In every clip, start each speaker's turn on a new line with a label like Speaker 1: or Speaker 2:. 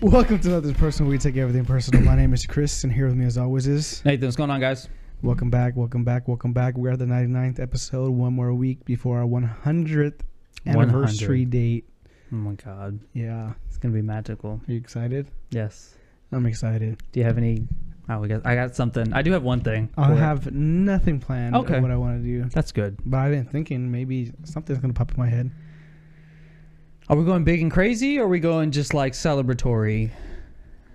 Speaker 1: Welcome to another personal. We take everything personal. My name is Chris, and here with me, as always, is
Speaker 2: Nathan, what's going on, guys?
Speaker 1: welcome back, welcome back, welcome back. We are the 99th episode. One more week before our 100th anniversary date.
Speaker 2: Oh my god,
Speaker 1: Yeah,
Speaker 2: it's gonna be magical.
Speaker 1: are you excited?
Speaker 2: Yes.
Speaker 1: I'm excited.
Speaker 2: Do you have any? Oh, we got. I got something. I do have one thing.
Speaker 1: I
Speaker 2: for it.
Speaker 1: have nothing planned. of
Speaker 2: Okay.
Speaker 1: what I want to do,
Speaker 2: That's good.
Speaker 1: but I've been thinking maybe something's gonna pop in my head.
Speaker 2: Are we going big and crazy, or are we going just like celebratory?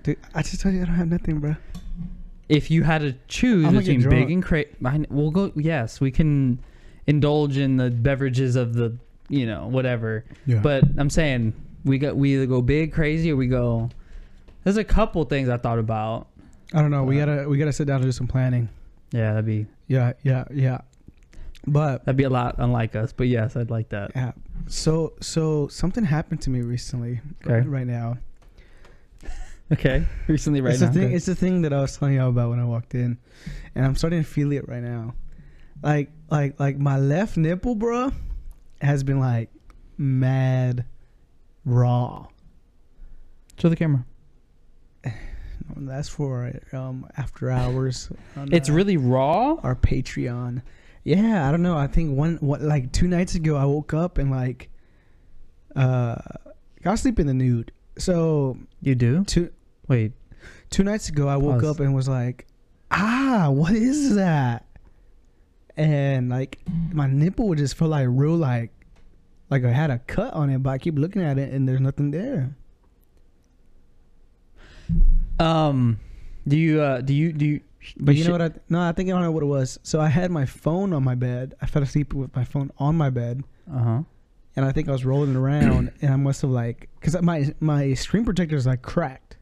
Speaker 1: Dude, I just told you I don't have nothing, bro.
Speaker 2: If you had to choose
Speaker 1: I'm gonna get
Speaker 2: between
Speaker 1: drunk.
Speaker 2: big and crazy, we'll go. Yes, we can indulge in the beverages of the, you know, whatever.
Speaker 1: Yeah,
Speaker 2: But I'm saying we got we either go big crazy or we go. There's a couple things I thought about.
Speaker 1: I don't know. We
Speaker 2: Uh,
Speaker 1: gotta we gotta sit down and do some planning.
Speaker 2: Yeah, that'd be
Speaker 1: Yeah, yeah, yeah. But
Speaker 2: that'd be a lot unlike us. But yes, I'd like that.
Speaker 1: Yeah. So so something happened to me recently.
Speaker 2: Okay.
Speaker 1: Right now.
Speaker 2: Okay, recently, right
Speaker 1: it's
Speaker 2: now.
Speaker 1: the thing.
Speaker 2: Okay.
Speaker 1: It's the thing that I was telling y'all about when I walked in, and I'm starting to feel it right now. Like like like my left nipple, bruh, has been like mad raw.
Speaker 2: Show the camera.
Speaker 1: That's for um after hours. on,
Speaker 2: It's
Speaker 1: uh,
Speaker 2: really raw.
Speaker 1: our Patreon. Yeah, I don't know. I think one what like two nights ago I woke up and like uh got to sleep in the nude. So
Speaker 2: You do?
Speaker 1: two
Speaker 2: Wait.
Speaker 1: two nights ago I woke
Speaker 2: Pause.
Speaker 1: up and was like, ah, what is that? And like my nipple would just feel like real like like I had a cut on it, but I keep looking at it and there's nothing there.
Speaker 2: Um, do you? Uh, do you? Do you?
Speaker 1: But you know what? I no, I think I don't know what it was. So I had my phone on my bed. I fell asleep with my phone on my bed,
Speaker 2: Uh huh.
Speaker 1: and I think I was rolling around, and I must have like because my my screen protector is like cracked.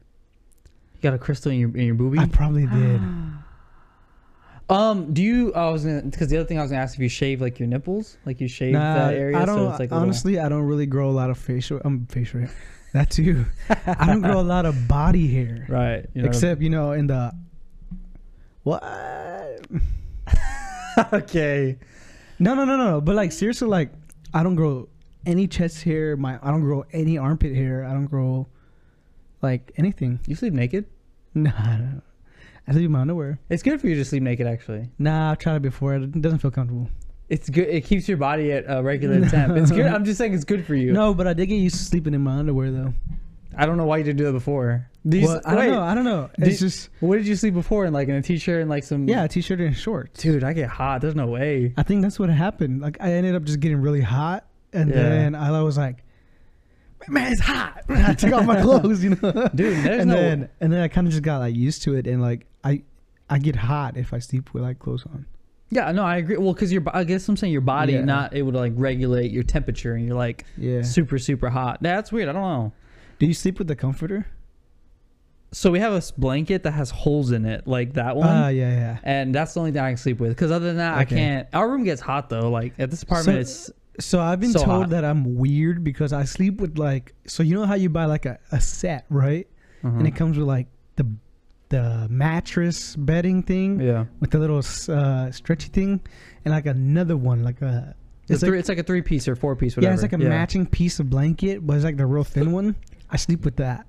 Speaker 2: You got a crystal in your in your boobie.
Speaker 1: I probably did.
Speaker 2: um, do you? I was gonna because the other thing I was gonna ask if you shave like your nipples, like you shave
Speaker 1: Nah,
Speaker 2: that area.
Speaker 1: I don't.
Speaker 2: so it's like a little-
Speaker 1: honestly, I don't really grow a lot of facial. um, facial hair. That too. I don't grow a lot of body hair,
Speaker 2: right. you know-
Speaker 1: except you know in the what?
Speaker 2: okay.
Speaker 1: No, no, no, no, no. But like seriously, like I don't grow any chest hair. My I don't grow any armpit hair. I don't grow like anything.
Speaker 2: You sleep naked.
Speaker 1: Nah, I don't. I leave my underwear.
Speaker 2: It's good for you to sleep naked. Actually,
Speaker 1: Nah, I've tried it before. It doesn't feel comfortable.
Speaker 2: it's good. It keeps your body at a regular temp. It's good. I'm just saying it's good for you.
Speaker 1: No, but I did get used to sleeping in my underwear though.
Speaker 2: I don't know why you did do that before. Do you
Speaker 1: Well,
Speaker 2: s-
Speaker 1: I don't
Speaker 2: wait,
Speaker 1: know. I don't know.
Speaker 2: Did-
Speaker 1: It's just
Speaker 2: What did you sleep before? In like in a t-shirt and like some
Speaker 1: yeah, a t-shirt and shorts.
Speaker 2: Dude, I get hot. There's no way.
Speaker 1: I think that's what happened. Like I ended up just getting really hot, and
Speaker 2: Yeah.
Speaker 1: then I was like, "Man, it's hot." I took off my clothes, you know.
Speaker 2: Dude, there's
Speaker 1: and
Speaker 2: no.
Speaker 1: then and then I kind of just got like used to it, and like I I get hot if I sleep with like clothes on.
Speaker 2: yeah, no, I agree. Well, because your, bo- I guess I'm saying your body
Speaker 1: Yeah.
Speaker 2: not able to like regulate your temperature, and you're like
Speaker 1: Yeah.
Speaker 2: super, super hot. That's weird. I don't know.
Speaker 1: Do you sleep with the comforter?
Speaker 2: So we have a s- blanket that has holes in it, like that one,
Speaker 1: Ah, yeah, yeah.
Speaker 2: and that's the only thing I can sleep with. Because other than that, I
Speaker 1: Okay.
Speaker 2: can't. Our room gets hot though. Like at this apartment, it's
Speaker 1: So I've been
Speaker 2: So
Speaker 1: told
Speaker 2: hot.
Speaker 1: that I'm weird because I sleep with like so you know how you buy like a, a set, right? And
Speaker 2: Mhm.
Speaker 1: it comes with like the the mattress bedding thing
Speaker 2: yeah.
Speaker 1: with the little uh, stretchy thing and like another one like a
Speaker 2: It's,
Speaker 1: it's like
Speaker 2: three, it's like a three piece or four piece, whatever.
Speaker 1: yeah, it's like a matching piece of blanket, but it's like the real thin one. I sleep with that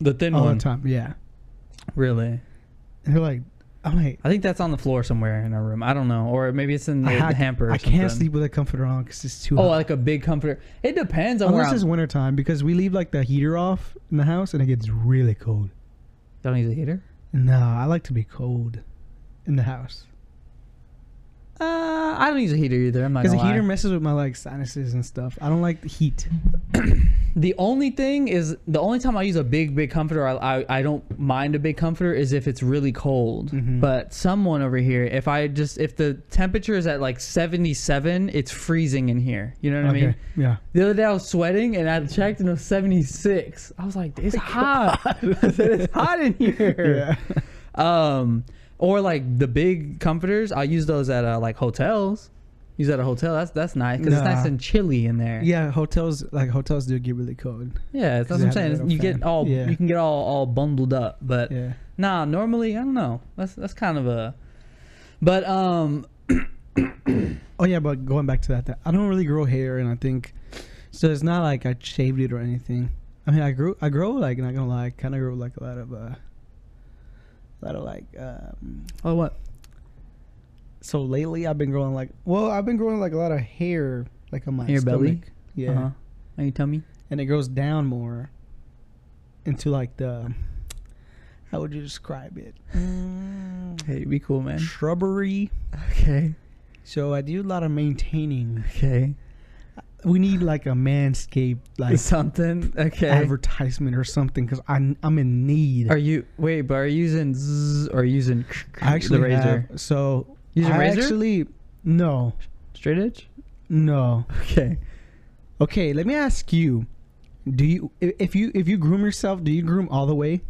Speaker 2: The thin
Speaker 1: all
Speaker 2: one,
Speaker 1: the time. Yeah.
Speaker 2: really.
Speaker 1: And they're like I'm like
Speaker 2: I think that's on the floor somewhere in our room. I don't know, or maybe it's in the,
Speaker 1: I,
Speaker 2: the
Speaker 1: ha-
Speaker 2: hamper. Or
Speaker 1: I can't
Speaker 2: something.
Speaker 1: sleep with a comforter on because it's too
Speaker 2: Oh,
Speaker 1: hot.
Speaker 2: like a big comforter. It depends on where
Speaker 1: Unless
Speaker 2: I'm.
Speaker 1: it's wintertime because we leave like the heater off in the house and it gets really cold.
Speaker 2: Don't use a heater.
Speaker 1: No, I like to be cold in the house
Speaker 2: Uh, I don't use a heater either. I'm not
Speaker 1: because
Speaker 2: gonna
Speaker 1: the heater
Speaker 2: lie.
Speaker 1: messes with my like sinuses and stuff. I don't like the heat.
Speaker 2: the only thing is, the only time I use a big, big comforter, I, I, I don't mind a big comforter is if it's really cold.
Speaker 1: Mhm.
Speaker 2: But someone over here, if I just if the temperature is at like 77, it's freezing in here. You know what I mean?
Speaker 1: yeah.
Speaker 2: The other day I was sweating and I checked and it was 76. I was like, it's hot. I said, it's hot in here.
Speaker 1: Yeah.
Speaker 2: Um, or like the big comforters, I use those at uh, like hotels. Use at a hotel. That's that's nice because it's nice
Speaker 1: Nah.
Speaker 2: and chilly in there.
Speaker 1: Yeah, hotels like hotels do get really cold.
Speaker 2: yeah that's
Speaker 1: 'Cause
Speaker 2: what
Speaker 1: they
Speaker 2: I'm
Speaker 1: have that
Speaker 2: saying.
Speaker 1: little
Speaker 2: You get
Speaker 1: fan.
Speaker 2: all
Speaker 1: Yeah.
Speaker 2: you can get all all bundled up, but
Speaker 1: Yeah.
Speaker 2: nah. Normally, I don't know. That's that's kind of a. But um,
Speaker 1: Oh yeah, but going back to that, that I don't really grow hair, and I think so. It's not like I shaved it or anything. I mean, I grew, I grow like not gonna lie, kind of grew like a lot of, uh, a lot of like, um,
Speaker 2: Oh, what?
Speaker 1: so lately I've been growing like, well, I've been growing like a lot of hair, like on my
Speaker 2: Hair
Speaker 1: stomach.
Speaker 2: belly?
Speaker 1: yeah,
Speaker 2: Uh-huh. Are you tummy?
Speaker 1: and it goes down more into like the, how would you describe it?
Speaker 2: Hey, be cool, man.
Speaker 1: Shrubbery.
Speaker 2: Okay.
Speaker 1: So I do a lot of maintaining.
Speaker 2: Okay.
Speaker 1: We need like a manscape like
Speaker 2: Something. Okay.
Speaker 1: advertisement or something because I'm I'm in need.
Speaker 2: Are you wait? But are you using zzz or are you using
Speaker 1: I actually
Speaker 2: the razor?
Speaker 1: have- so
Speaker 2: Use a
Speaker 1: I
Speaker 2: razor?
Speaker 1: actually no
Speaker 2: Straight edge.
Speaker 1: no.
Speaker 2: Okay.
Speaker 1: Okay, let me ask you. Do you i- if you if you groom yourself, do you groom all the way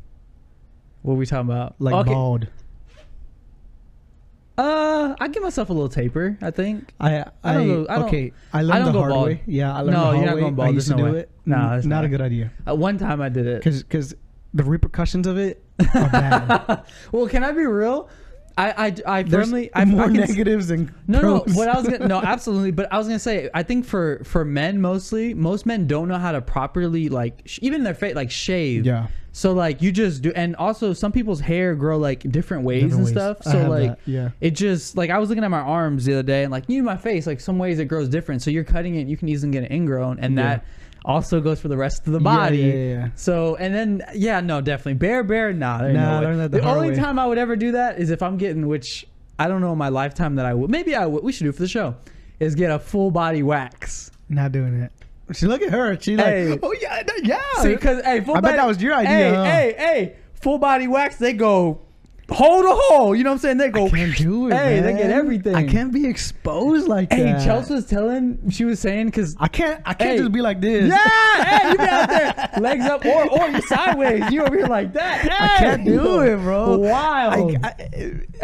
Speaker 2: What are we talking about?
Speaker 1: like
Speaker 2: okay.
Speaker 1: bald?
Speaker 2: Uh, I give myself a little taper. I think.
Speaker 1: I I,
Speaker 2: I don't go- I don't-
Speaker 1: okay. I
Speaker 2: I
Speaker 1: learned the
Speaker 2: don't go
Speaker 1: hard
Speaker 2: bald.
Speaker 1: way. Yeah, I learned
Speaker 2: No,
Speaker 1: the hard
Speaker 2: you're not
Speaker 1: way.
Speaker 2: going bald.
Speaker 1: I used
Speaker 2: There's
Speaker 1: to
Speaker 2: no
Speaker 1: do
Speaker 2: way.
Speaker 1: it.
Speaker 2: No,
Speaker 1: Mm,
Speaker 2: that's
Speaker 1: not a
Speaker 2: not-
Speaker 1: good idea
Speaker 2: At Uh, one time, I did it.
Speaker 1: because because the repercussions of it are bad.
Speaker 2: Well, can I be real? I I, I
Speaker 1: There's
Speaker 2: firmly I,
Speaker 1: more
Speaker 2: I can,
Speaker 1: negatives than
Speaker 2: No,
Speaker 1: pros.
Speaker 2: no. What I was gonna no, absolutely. But I was gonna say, I think for for men mostly, most men don't know how to properly like sh- even their face like shave.
Speaker 1: yeah.
Speaker 2: So like you just do, and also some people's hair grow like different ways
Speaker 1: Different
Speaker 2: and
Speaker 1: ways.
Speaker 2: stuff.
Speaker 1: I
Speaker 2: So
Speaker 1: have
Speaker 2: like
Speaker 1: that, yeah.
Speaker 2: it just like I was looking at my arms the other day, and like you, my face, like some ways it grows different. So you're cutting it, you can easily get an ingrown, and
Speaker 1: Yeah.
Speaker 2: that also goes for the rest of the
Speaker 1: Yeah,
Speaker 2: body.
Speaker 1: yeah, yeah, yeah.
Speaker 2: So and then yeah, no, definitely bear bear. Nah, there ain't
Speaker 1: Nah,
Speaker 2: no
Speaker 1: I
Speaker 2: way.
Speaker 1: learned that the
Speaker 2: the
Speaker 1: hard
Speaker 2: only
Speaker 1: way.
Speaker 2: time I would ever do that is if I'm getting which I don't know in my lifetime that I would. Maybe I would. We should do it for the show. Is get a full body wax.
Speaker 1: Not doing it. She look at her. She like,
Speaker 2: Hey.
Speaker 1: oh yeah, th- yeah.
Speaker 2: See, because hey, full
Speaker 1: I bet
Speaker 2: body,
Speaker 1: that was your idea,
Speaker 2: Hey,
Speaker 1: huh?
Speaker 2: hey, hey, full body wax. They go hole to hole. You know what I'm saying? They go.
Speaker 1: I can't do it.
Speaker 2: Hey, they get
Speaker 1: man.
Speaker 2: everything.
Speaker 1: I can't be exposed like
Speaker 2: Hey,
Speaker 1: that.
Speaker 2: Chelsea was telling. She was saying because.
Speaker 1: I can't. I can't
Speaker 2: Hey.
Speaker 1: just be like this.
Speaker 2: Yeah, hey, you be out there, legs up, or or you sideways. You over here like that.
Speaker 1: I
Speaker 2: Hey,
Speaker 1: can't do it, bro.
Speaker 2: Wild.
Speaker 1: I, I,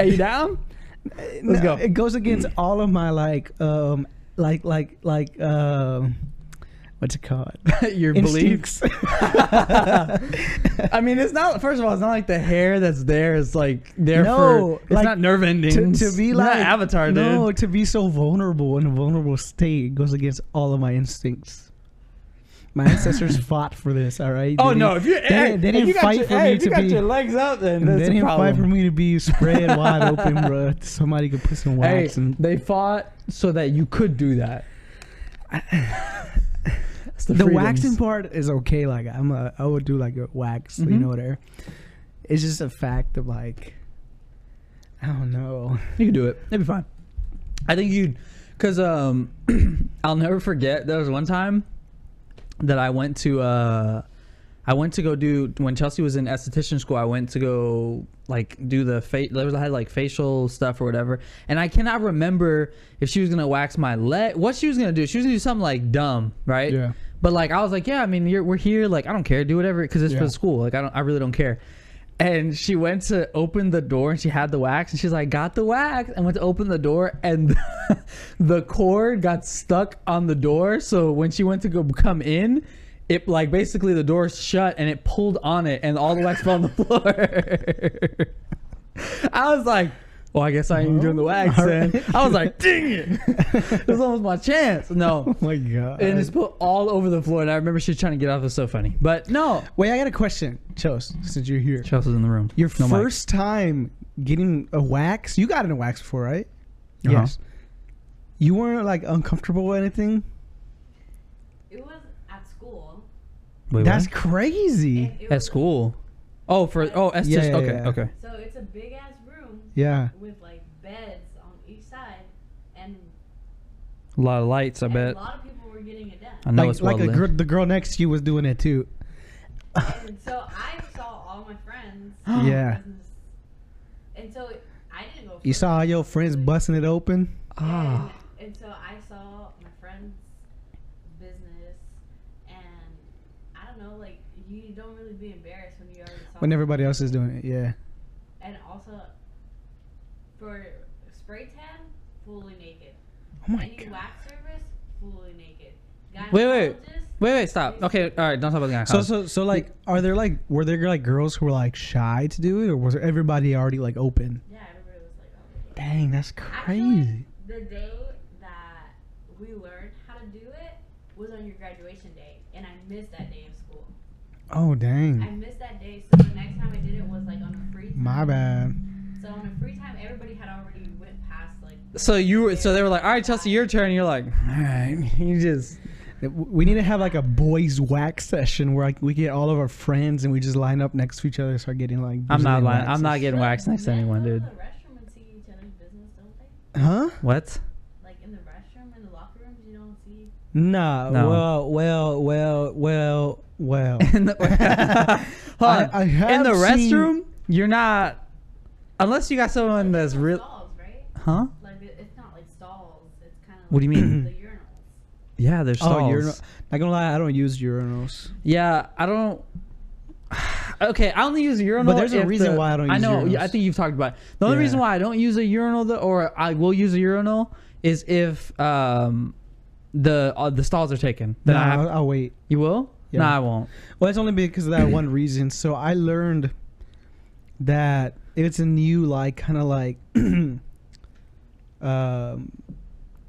Speaker 2: hey, you down?
Speaker 1: no,
Speaker 2: go.
Speaker 1: It goes against all of my like, um, like, like, like, um, what's it called?
Speaker 2: Your beliefs.
Speaker 1: Instincts.
Speaker 2: I mean, it's not. First of all, it's not like the hair that's there is like there
Speaker 1: No,
Speaker 2: for. It's
Speaker 1: like,
Speaker 2: not nerve
Speaker 1: to,
Speaker 2: endings.
Speaker 1: to be
Speaker 2: You're
Speaker 1: like
Speaker 2: not Avatar, dude.
Speaker 1: No, to be so vulnerable in a vulnerable state it goes against all of my instincts. My ancestors fought for this. All right.
Speaker 2: Oh
Speaker 1: They
Speaker 2: no! If you
Speaker 1: didn't-
Speaker 2: hey,
Speaker 1: they, they
Speaker 2: if
Speaker 1: didn't
Speaker 2: you got
Speaker 1: fight
Speaker 2: your,
Speaker 1: for
Speaker 2: hey,
Speaker 1: me
Speaker 2: if you
Speaker 1: to
Speaker 2: got
Speaker 1: be.
Speaker 2: your legs up, then
Speaker 1: they
Speaker 2: that's a
Speaker 1: didn't
Speaker 2: problem.
Speaker 1: fight for me to be spread wide open, bro. Somebody could put some
Speaker 2: Hey,
Speaker 1: wax and
Speaker 2: they fought so that you could do that. That's
Speaker 1: the, waxing
Speaker 2: freedoms.
Speaker 1: part is okay. Like I'm, a, I would do like a wax, you
Speaker 2: Mhm.
Speaker 1: know, whatever. It's just a fact of like, I don't know.
Speaker 2: You can do it. It'd be fine. I think you'd, cause um, I'll never forget. There was one time that I went to uh, I went to go do when Chelsea was in esthetician school. I went to go like do the face. There was I had like facial stuff or whatever, and I cannot remember if she was gonna wax my leg. What she was gonna do? She was gonna do something like dumb, right?
Speaker 1: Yeah.
Speaker 2: But like I was like, yeah, I mean, you're, we're here. Like I don't care. Do whatever because it's
Speaker 1: Yeah.
Speaker 2: for the school. Like I don't. I really don't care. And she went to open the door and she had the wax and she's like, got the wax and went to open the door and the cord got stuck on the door. So when she went to go come in, it like basically the door shut and it pulled on it and all the wax fell on the floor. I was like, well, I guess I ain't doing the wax.
Speaker 1: all
Speaker 2: then. I was like, dang it. it was almost my chance. No.
Speaker 1: Oh my god.
Speaker 2: And it's put all over the floor. And I remember she was trying to get off. It was so funny. But no.
Speaker 1: Wait, I got a question, Chose. Since you're here,
Speaker 2: Chelsea's in the room.
Speaker 1: Your
Speaker 2: No mic.
Speaker 1: first time getting a wax, you got in a wax before, right?
Speaker 2: Uh-huh.
Speaker 1: You weren't like uncomfortable or anything.
Speaker 3: It was at school.
Speaker 2: Wait,
Speaker 1: That's
Speaker 2: what?
Speaker 1: crazy.
Speaker 3: and it
Speaker 2: at
Speaker 3: was-
Speaker 2: school. Oh, for oh, esthetician.
Speaker 1: Yeah, yeah,
Speaker 2: okay,
Speaker 1: yeah.
Speaker 2: okay.
Speaker 3: So it's a big ass room
Speaker 1: Yeah.
Speaker 3: with like beds on each side, and,
Speaker 2: A lot of lights. I
Speaker 3: and
Speaker 2: bet.
Speaker 3: a lot of people were getting it done.
Speaker 2: I know
Speaker 1: like
Speaker 2: it's
Speaker 1: like
Speaker 2: well
Speaker 1: a
Speaker 2: lit.
Speaker 1: gr- the girl next to you was doing it too.
Speaker 3: and so I saw all my friends.
Speaker 1: Yeah.
Speaker 3: cousins, And so I didn't go. First.
Speaker 1: You saw all your friends busting it open.
Speaker 2: Ah.
Speaker 3: And, and so I saw my friend's business, and I don't know, like you don't really be embarrassed when you already saw.
Speaker 1: When everybody else is doing it, yeah.
Speaker 3: And also, for spray tan, fully naked.
Speaker 1: Oh my
Speaker 3: Any
Speaker 1: god.
Speaker 3: wax service, fully naked.
Speaker 2: Wait, wait.
Speaker 3: Gynecologist,
Speaker 2: Wait, wait, stop. Okay, all right. Don't talk about the guy.
Speaker 1: So so so like, are there like were there like girls who were like shy to do it, or was everybody already like open?
Speaker 3: Yeah, everybody was like, oh my God.
Speaker 1: Dang, that's crazy.
Speaker 3: Actually, the day that we learned how to do it was on your graduation day, and I missed that day of school.
Speaker 1: Oh
Speaker 3: I
Speaker 1: dang.
Speaker 3: missed that day, so the next time I did it was like on a free. Time.
Speaker 1: My bad.
Speaker 3: So on a free time, everybody had already went past like.
Speaker 2: So you were, so they were like, all right, Chelsea, your turn. You're like, all right. You just
Speaker 1: We need to have like a boys wax session where like we get all of our friends and we just line up next to each other and start getting like.
Speaker 2: I'm not
Speaker 1: Brazilian
Speaker 2: lying. I'm
Speaker 1: waxes.
Speaker 2: not getting waxed next to
Speaker 3: Men
Speaker 2: anyone,
Speaker 3: go to
Speaker 2: dude.
Speaker 3: The restroom and see each other's business, don't they?
Speaker 1: Huh?
Speaker 2: What?
Speaker 3: Like in the restroom, in the locker rooms, you don't see.
Speaker 1: Nah.
Speaker 2: No.
Speaker 1: Well, well, well, well, well.
Speaker 2: In the, Hold on.
Speaker 1: I have
Speaker 2: in the
Speaker 1: seen-
Speaker 2: restroom, you're not unless you got someone that's
Speaker 3: There's no
Speaker 2: real.
Speaker 3: Stalls, right?
Speaker 2: Huh?
Speaker 3: Like it- it's not like stalls. It's kind of.
Speaker 2: What do you mean?
Speaker 3: The urinals.
Speaker 2: Yeah, there's stalls.
Speaker 1: Oh, urinal. Not gonna lie, I don't use urinals.
Speaker 2: Yeah, I don't. Okay, I only use a urinal.
Speaker 1: But there's a
Speaker 2: if
Speaker 1: reason
Speaker 2: the-
Speaker 1: why I don't
Speaker 2: I
Speaker 1: use
Speaker 2: know.
Speaker 1: urinals.
Speaker 2: I think you've talked about. It. The only
Speaker 1: Yeah.
Speaker 2: reason why I don't use a urinal, though, or I will use a urinal, is if um, the uh, the stalls are taken. Then
Speaker 1: nah,
Speaker 2: I have,
Speaker 1: I'll, I'll wait.
Speaker 2: you will?
Speaker 1: Yeah.
Speaker 2: No, I won't.
Speaker 1: Well, it's only because of that one reason. So I learned that it's a new like kind of like, um,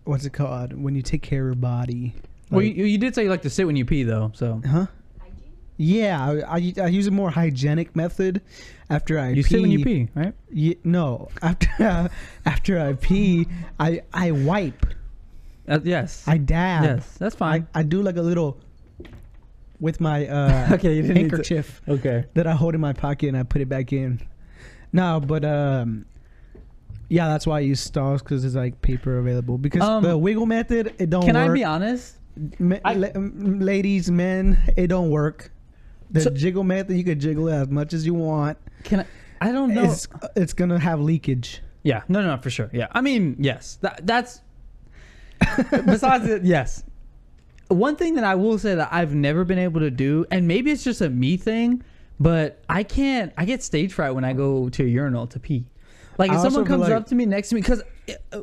Speaker 1: what's it called when you take care of your body?
Speaker 2: well,
Speaker 1: Like-
Speaker 2: you, you did say you like to sit when you pee, though. So
Speaker 1: huh?
Speaker 3: Hygiene.
Speaker 1: Yeah, I, I, I use a more hygienic method after I
Speaker 2: you
Speaker 1: pee.
Speaker 2: sit when you pee, right?
Speaker 1: Ye- no, after after I pee, I I wipe,
Speaker 2: Uh, yes.
Speaker 1: I dab.
Speaker 2: yes, that's
Speaker 1: I,
Speaker 2: fine.
Speaker 1: I do like a little with my uh,
Speaker 2: Okay, you didn't need to-
Speaker 1: handkerchief
Speaker 2: okay.
Speaker 1: that I hold in my pocket and I put it back in. No, but um, yeah, that's why I use stalls because there's like paper available. Because
Speaker 2: Um,
Speaker 1: the wiggle method, it don't
Speaker 2: Can
Speaker 1: work.
Speaker 2: I be honest?
Speaker 1: Ma-
Speaker 2: I-
Speaker 1: la- m- ladies, men, it don't work. The
Speaker 2: So-
Speaker 1: jiggle method, you can jiggle it as much as you want.
Speaker 2: Can I? I don't know.
Speaker 1: It's it's gonna have leakage.
Speaker 2: Yeah, no, no, no, for sure. Yeah, I mean, yes, that, that's. besides it, yes. One thing that I will say that I've never been able to do, and maybe it's just a me thing, but I can't. I get stage fright when I go to a urinal to pee. Like
Speaker 1: I
Speaker 2: if
Speaker 1: also
Speaker 2: someone
Speaker 1: feel
Speaker 2: comes
Speaker 1: like-
Speaker 2: up to me next to me, because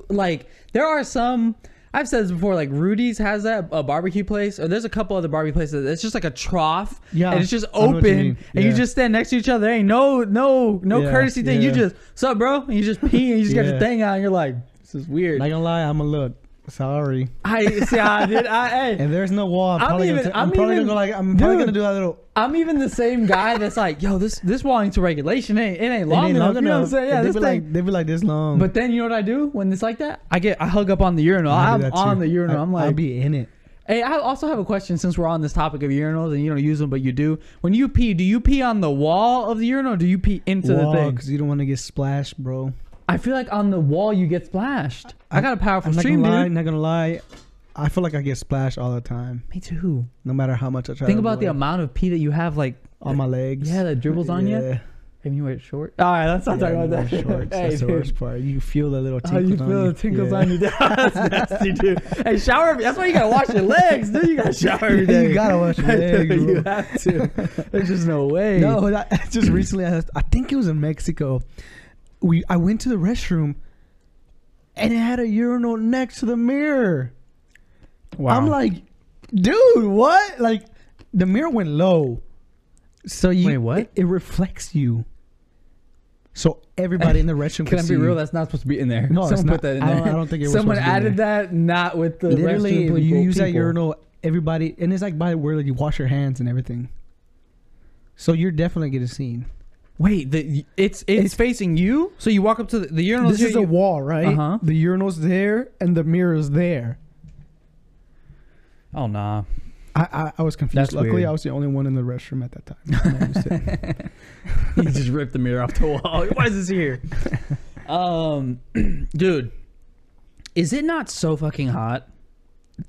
Speaker 2: like there are some. I've said this before, like Rudy's has that a barbecue place, or there's a couple other barbecue places. It's just like a trough,
Speaker 1: Yeah,
Speaker 2: and it's just
Speaker 1: I know what you
Speaker 2: open,
Speaker 1: mean.
Speaker 2: and you
Speaker 1: Yeah.
Speaker 2: just stand next to each other. Ain't no, no, no
Speaker 1: Yeah,
Speaker 2: courtesy thing. You
Speaker 1: yeah.
Speaker 2: just What's up, bro? And you just pee and you just got your
Speaker 1: Yeah.
Speaker 2: thing out and you're like, this is weird.
Speaker 1: Not gonna lie, I'm a look. Sorry.
Speaker 2: I see how I did. I, hey,
Speaker 1: And there's no wall. I'm,
Speaker 2: I'm
Speaker 1: probably
Speaker 2: even-
Speaker 1: gonna, ta- I'm
Speaker 2: I'm
Speaker 1: probably
Speaker 2: even-
Speaker 1: gonna go like I'm probably
Speaker 2: Dude.
Speaker 1: gonna do that little.
Speaker 2: I'm even the same guy that's like, yo, this this wall ain't to regulation. It ain't, it ain't
Speaker 1: It ain't
Speaker 2: long, enough. You know what I'm saying? Yeah,
Speaker 1: they
Speaker 2: this
Speaker 1: be
Speaker 2: thing.
Speaker 1: like they be like this long.
Speaker 2: but then you know what I do when it's like that? I get I hug up on the urinal.
Speaker 1: I do
Speaker 2: I'm
Speaker 1: that too.
Speaker 2: on the urinal. I, am
Speaker 1: I'll
Speaker 2: like,
Speaker 1: be in it.
Speaker 2: hey, I also have a question since we're on this topic of urinals and you don't use them, but you do. When you pee, do you pee on the wall of the urinal? Or do you pee into
Speaker 1: Wall,
Speaker 2: the thing?
Speaker 1: because you don't want to get splashed, bro.
Speaker 2: I feel like on the wall you get splashed. I,
Speaker 1: I-
Speaker 2: got a powerful
Speaker 1: I'm not
Speaker 2: stream,
Speaker 1: gonna lie.
Speaker 2: dude.
Speaker 1: Not gonna lie. I feel like I get splashed all the time,
Speaker 2: Me too.
Speaker 1: no matter how much I try.
Speaker 2: Think
Speaker 1: to
Speaker 2: about the
Speaker 1: avoid.
Speaker 2: amount of pee that you have, like
Speaker 1: Oh, on my legs.
Speaker 2: Yeah, that dribbles on you.
Speaker 1: Yeah.
Speaker 2: And you wear it short. All right, let's not
Speaker 1: Yeah,
Speaker 2: talk about
Speaker 1: you wear
Speaker 2: that.
Speaker 1: Shorts.
Speaker 2: hey,
Speaker 1: That's the
Speaker 2: dude.
Speaker 1: worst part. You feel the little
Speaker 2: How
Speaker 1: tinkles
Speaker 2: you
Speaker 1: on
Speaker 2: feel the tinkles on you? That's nasty, dude. Hey, shower. every- That's why you gotta wash your legs, dude. You gotta shower every
Speaker 1: Yeah,
Speaker 2: day.
Speaker 1: you gotta wash your legs,
Speaker 2: you
Speaker 1: bro.
Speaker 2: have to. There's just no way.
Speaker 1: No, that, just recently, I, I think it was in Mexico. We I went to the restroom, and it had a urinal next to the mirror.
Speaker 2: Wow.
Speaker 1: I'm like, dude, what? Like, the mirror went low, so you
Speaker 2: Wait, what?
Speaker 1: It, it reflects you. So everybody in the restroom
Speaker 2: Can I
Speaker 1: could
Speaker 2: be
Speaker 1: see
Speaker 2: real?
Speaker 1: you.
Speaker 2: That's not supposed to be in there.
Speaker 1: No, it's
Speaker 2: Someone
Speaker 1: not.
Speaker 2: put that in
Speaker 1: I
Speaker 2: there.
Speaker 1: don't- I don't think it was
Speaker 2: Someone
Speaker 1: supposed to be in
Speaker 2: added that, not with the
Speaker 1: Literally,
Speaker 2: restroom
Speaker 1: if you
Speaker 2: people-
Speaker 1: use that
Speaker 2: people.
Speaker 1: urinal, everybody, and it's like by where you wash your hands and everything. So you're definitely getting seen.
Speaker 2: Wait, the, it's, it's
Speaker 1: It's-
Speaker 2: facing you. So you walk up to the, the urinal.
Speaker 1: this is a wall, right?
Speaker 2: Uh-huh.
Speaker 1: The urinal's there and the mirror's there.
Speaker 2: Oh nah.
Speaker 1: I I, I was confused.
Speaker 2: That's
Speaker 1: Luckily,
Speaker 2: weird.
Speaker 1: I was the only one in the restroom at that time. I used it.
Speaker 2: he just ripped the mirror off the wall. Why is this here? Um, dude, is it not so fucking hot?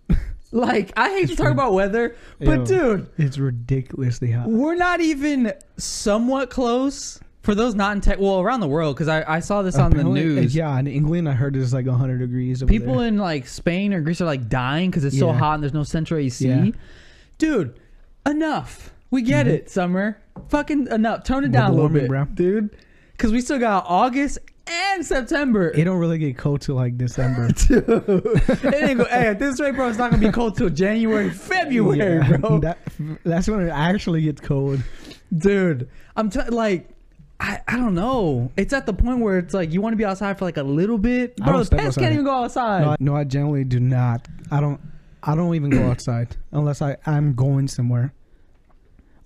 Speaker 2: Like, I hate to talk about weather, but
Speaker 1: Ew.
Speaker 2: dude,
Speaker 1: it's ridiculously hot.
Speaker 2: we're not even somewhat close. For those not in tech, well, around the world, because I, I saw this on the
Speaker 1: Apparently- uh,
Speaker 2: news.
Speaker 1: Yeah, in England, I heard it's like 100 degrees. Over
Speaker 2: People
Speaker 1: there.
Speaker 2: in like Spain or Greece are like dying because it's so
Speaker 1: Yeah.
Speaker 2: hot and there's no central AC.
Speaker 1: Yeah. Mm-hmm.
Speaker 2: Dude, enough. We get it, summer. Fucking enough. Tone it down a
Speaker 1: Global
Speaker 2: little bit,
Speaker 1: warming,
Speaker 2: dude. Because we still got August and September.
Speaker 1: it don't really get cold till like December.
Speaker 2: it ain't go. Hey, at this rate, bro, it's not gonna be cold till January, February,
Speaker 1: Yeah,
Speaker 2: bro.
Speaker 1: that- that's when it actually gets cold.
Speaker 2: dude, I'm t- like. I, I don't know. It's at the point where it's like you want to be outside for like a little bit.
Speaker 1: I
Speaker 2: Bro,
Speaker 1: don't
Speaker 2: the
Speaker 1: step
Speaker 2: pets
Speaker 1: outside.
Speaker 2: can't even go outside.
Speaker 1: No, I, no, I generally do not. I don't. I don't even go outside unless I I'm going somewhere.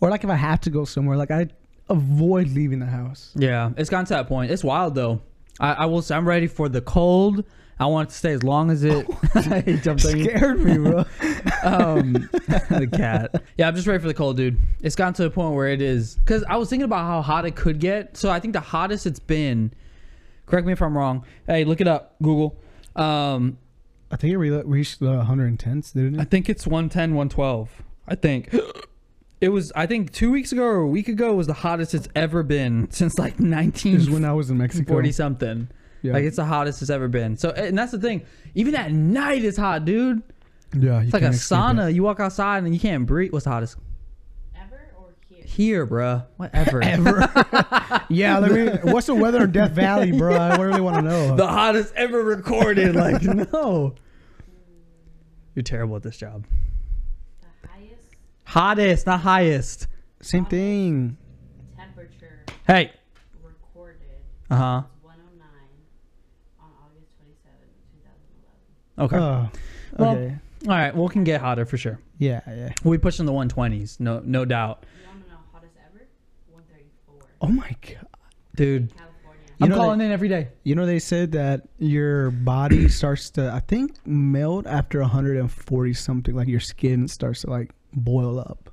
Speaker 1: or like if I have to go somewhere, like I avoid leaving the house.
Speaker 2: Yeah, it's gotten to that point. It's wild though. I, I will say I'm ready for the cold. I want it to stay as long as it. He jumped on you.
Speaker 1: Scared me, bro.
Speaker 2: um, the cat. Yeah, I'm just ready for the cold, dude. It's gotten to the point where it is because I was thinking about how hot it could get. So I think the hottest it's been. Correct me if I'm wrong. Hey, look it up, Google. Um,
Speaker 1: I think it re- reached the 110s, didn't
Speaker 2: I
Speaker 1: it?
Speaker 2: think it's 110, 112. I think it was. I think two weeks ago or a week ago was the hottest it's ever been since like
Speaker 1: It was
Speaker 2: 1940
Speaker 1: when I was in Mexico.
Speaker 2: something.
Speaker 1: yeah.
Speaker 2: Like it's the hottest it's ever been. So and that's the thing. Even at night it's hot, dude.
Speaker 1: yeah, you
Speaker 2: It's like a
Speaker 1: can't escape
Speaker 2: sauna. You walk outside and you can't breathe. What's the hottest?
Speaker 3: Ever or here?
Speaker 2: Here, bruh. Whatever.
Speaker 1: that. yeah, let me. What's the weather in Death Valley, bro? I really want to know.
Speaker 2: the hottest ever recorded. Like, no. You're terrible at this job.
Speaker 3: The highest
Speaker 2: Hottest, not highest.
Speaker 1: Same thing.
Speaker 3: temperature
Speaker 2: Hey.
Speaker 3: recorded
Speaker 2: Uh huh.
Speaker 3: was 109 on August 27, 2011.
Speaker 2: Okay.
Speaker 1: Oh, okay.
Speaker 2: Well- All right. Well, it can get hotter for sure.
Speaker 1: yeah, yeah.
Speaker 2: We push in the 120s. No, no doubt.
Speaker 3: You want to know hottest ever? 134.
Speaker 1: Oh my god.
Speaker 2: Dude,
Speaker 3: California.
Speaker 1: You
Speaker 2: I'm
Speaker 1: know
Speaker 2: calling in every day.
Speaker 1: You know they said that your body starts to, I think, melt after 140 something. Like your skin starts to like boil up.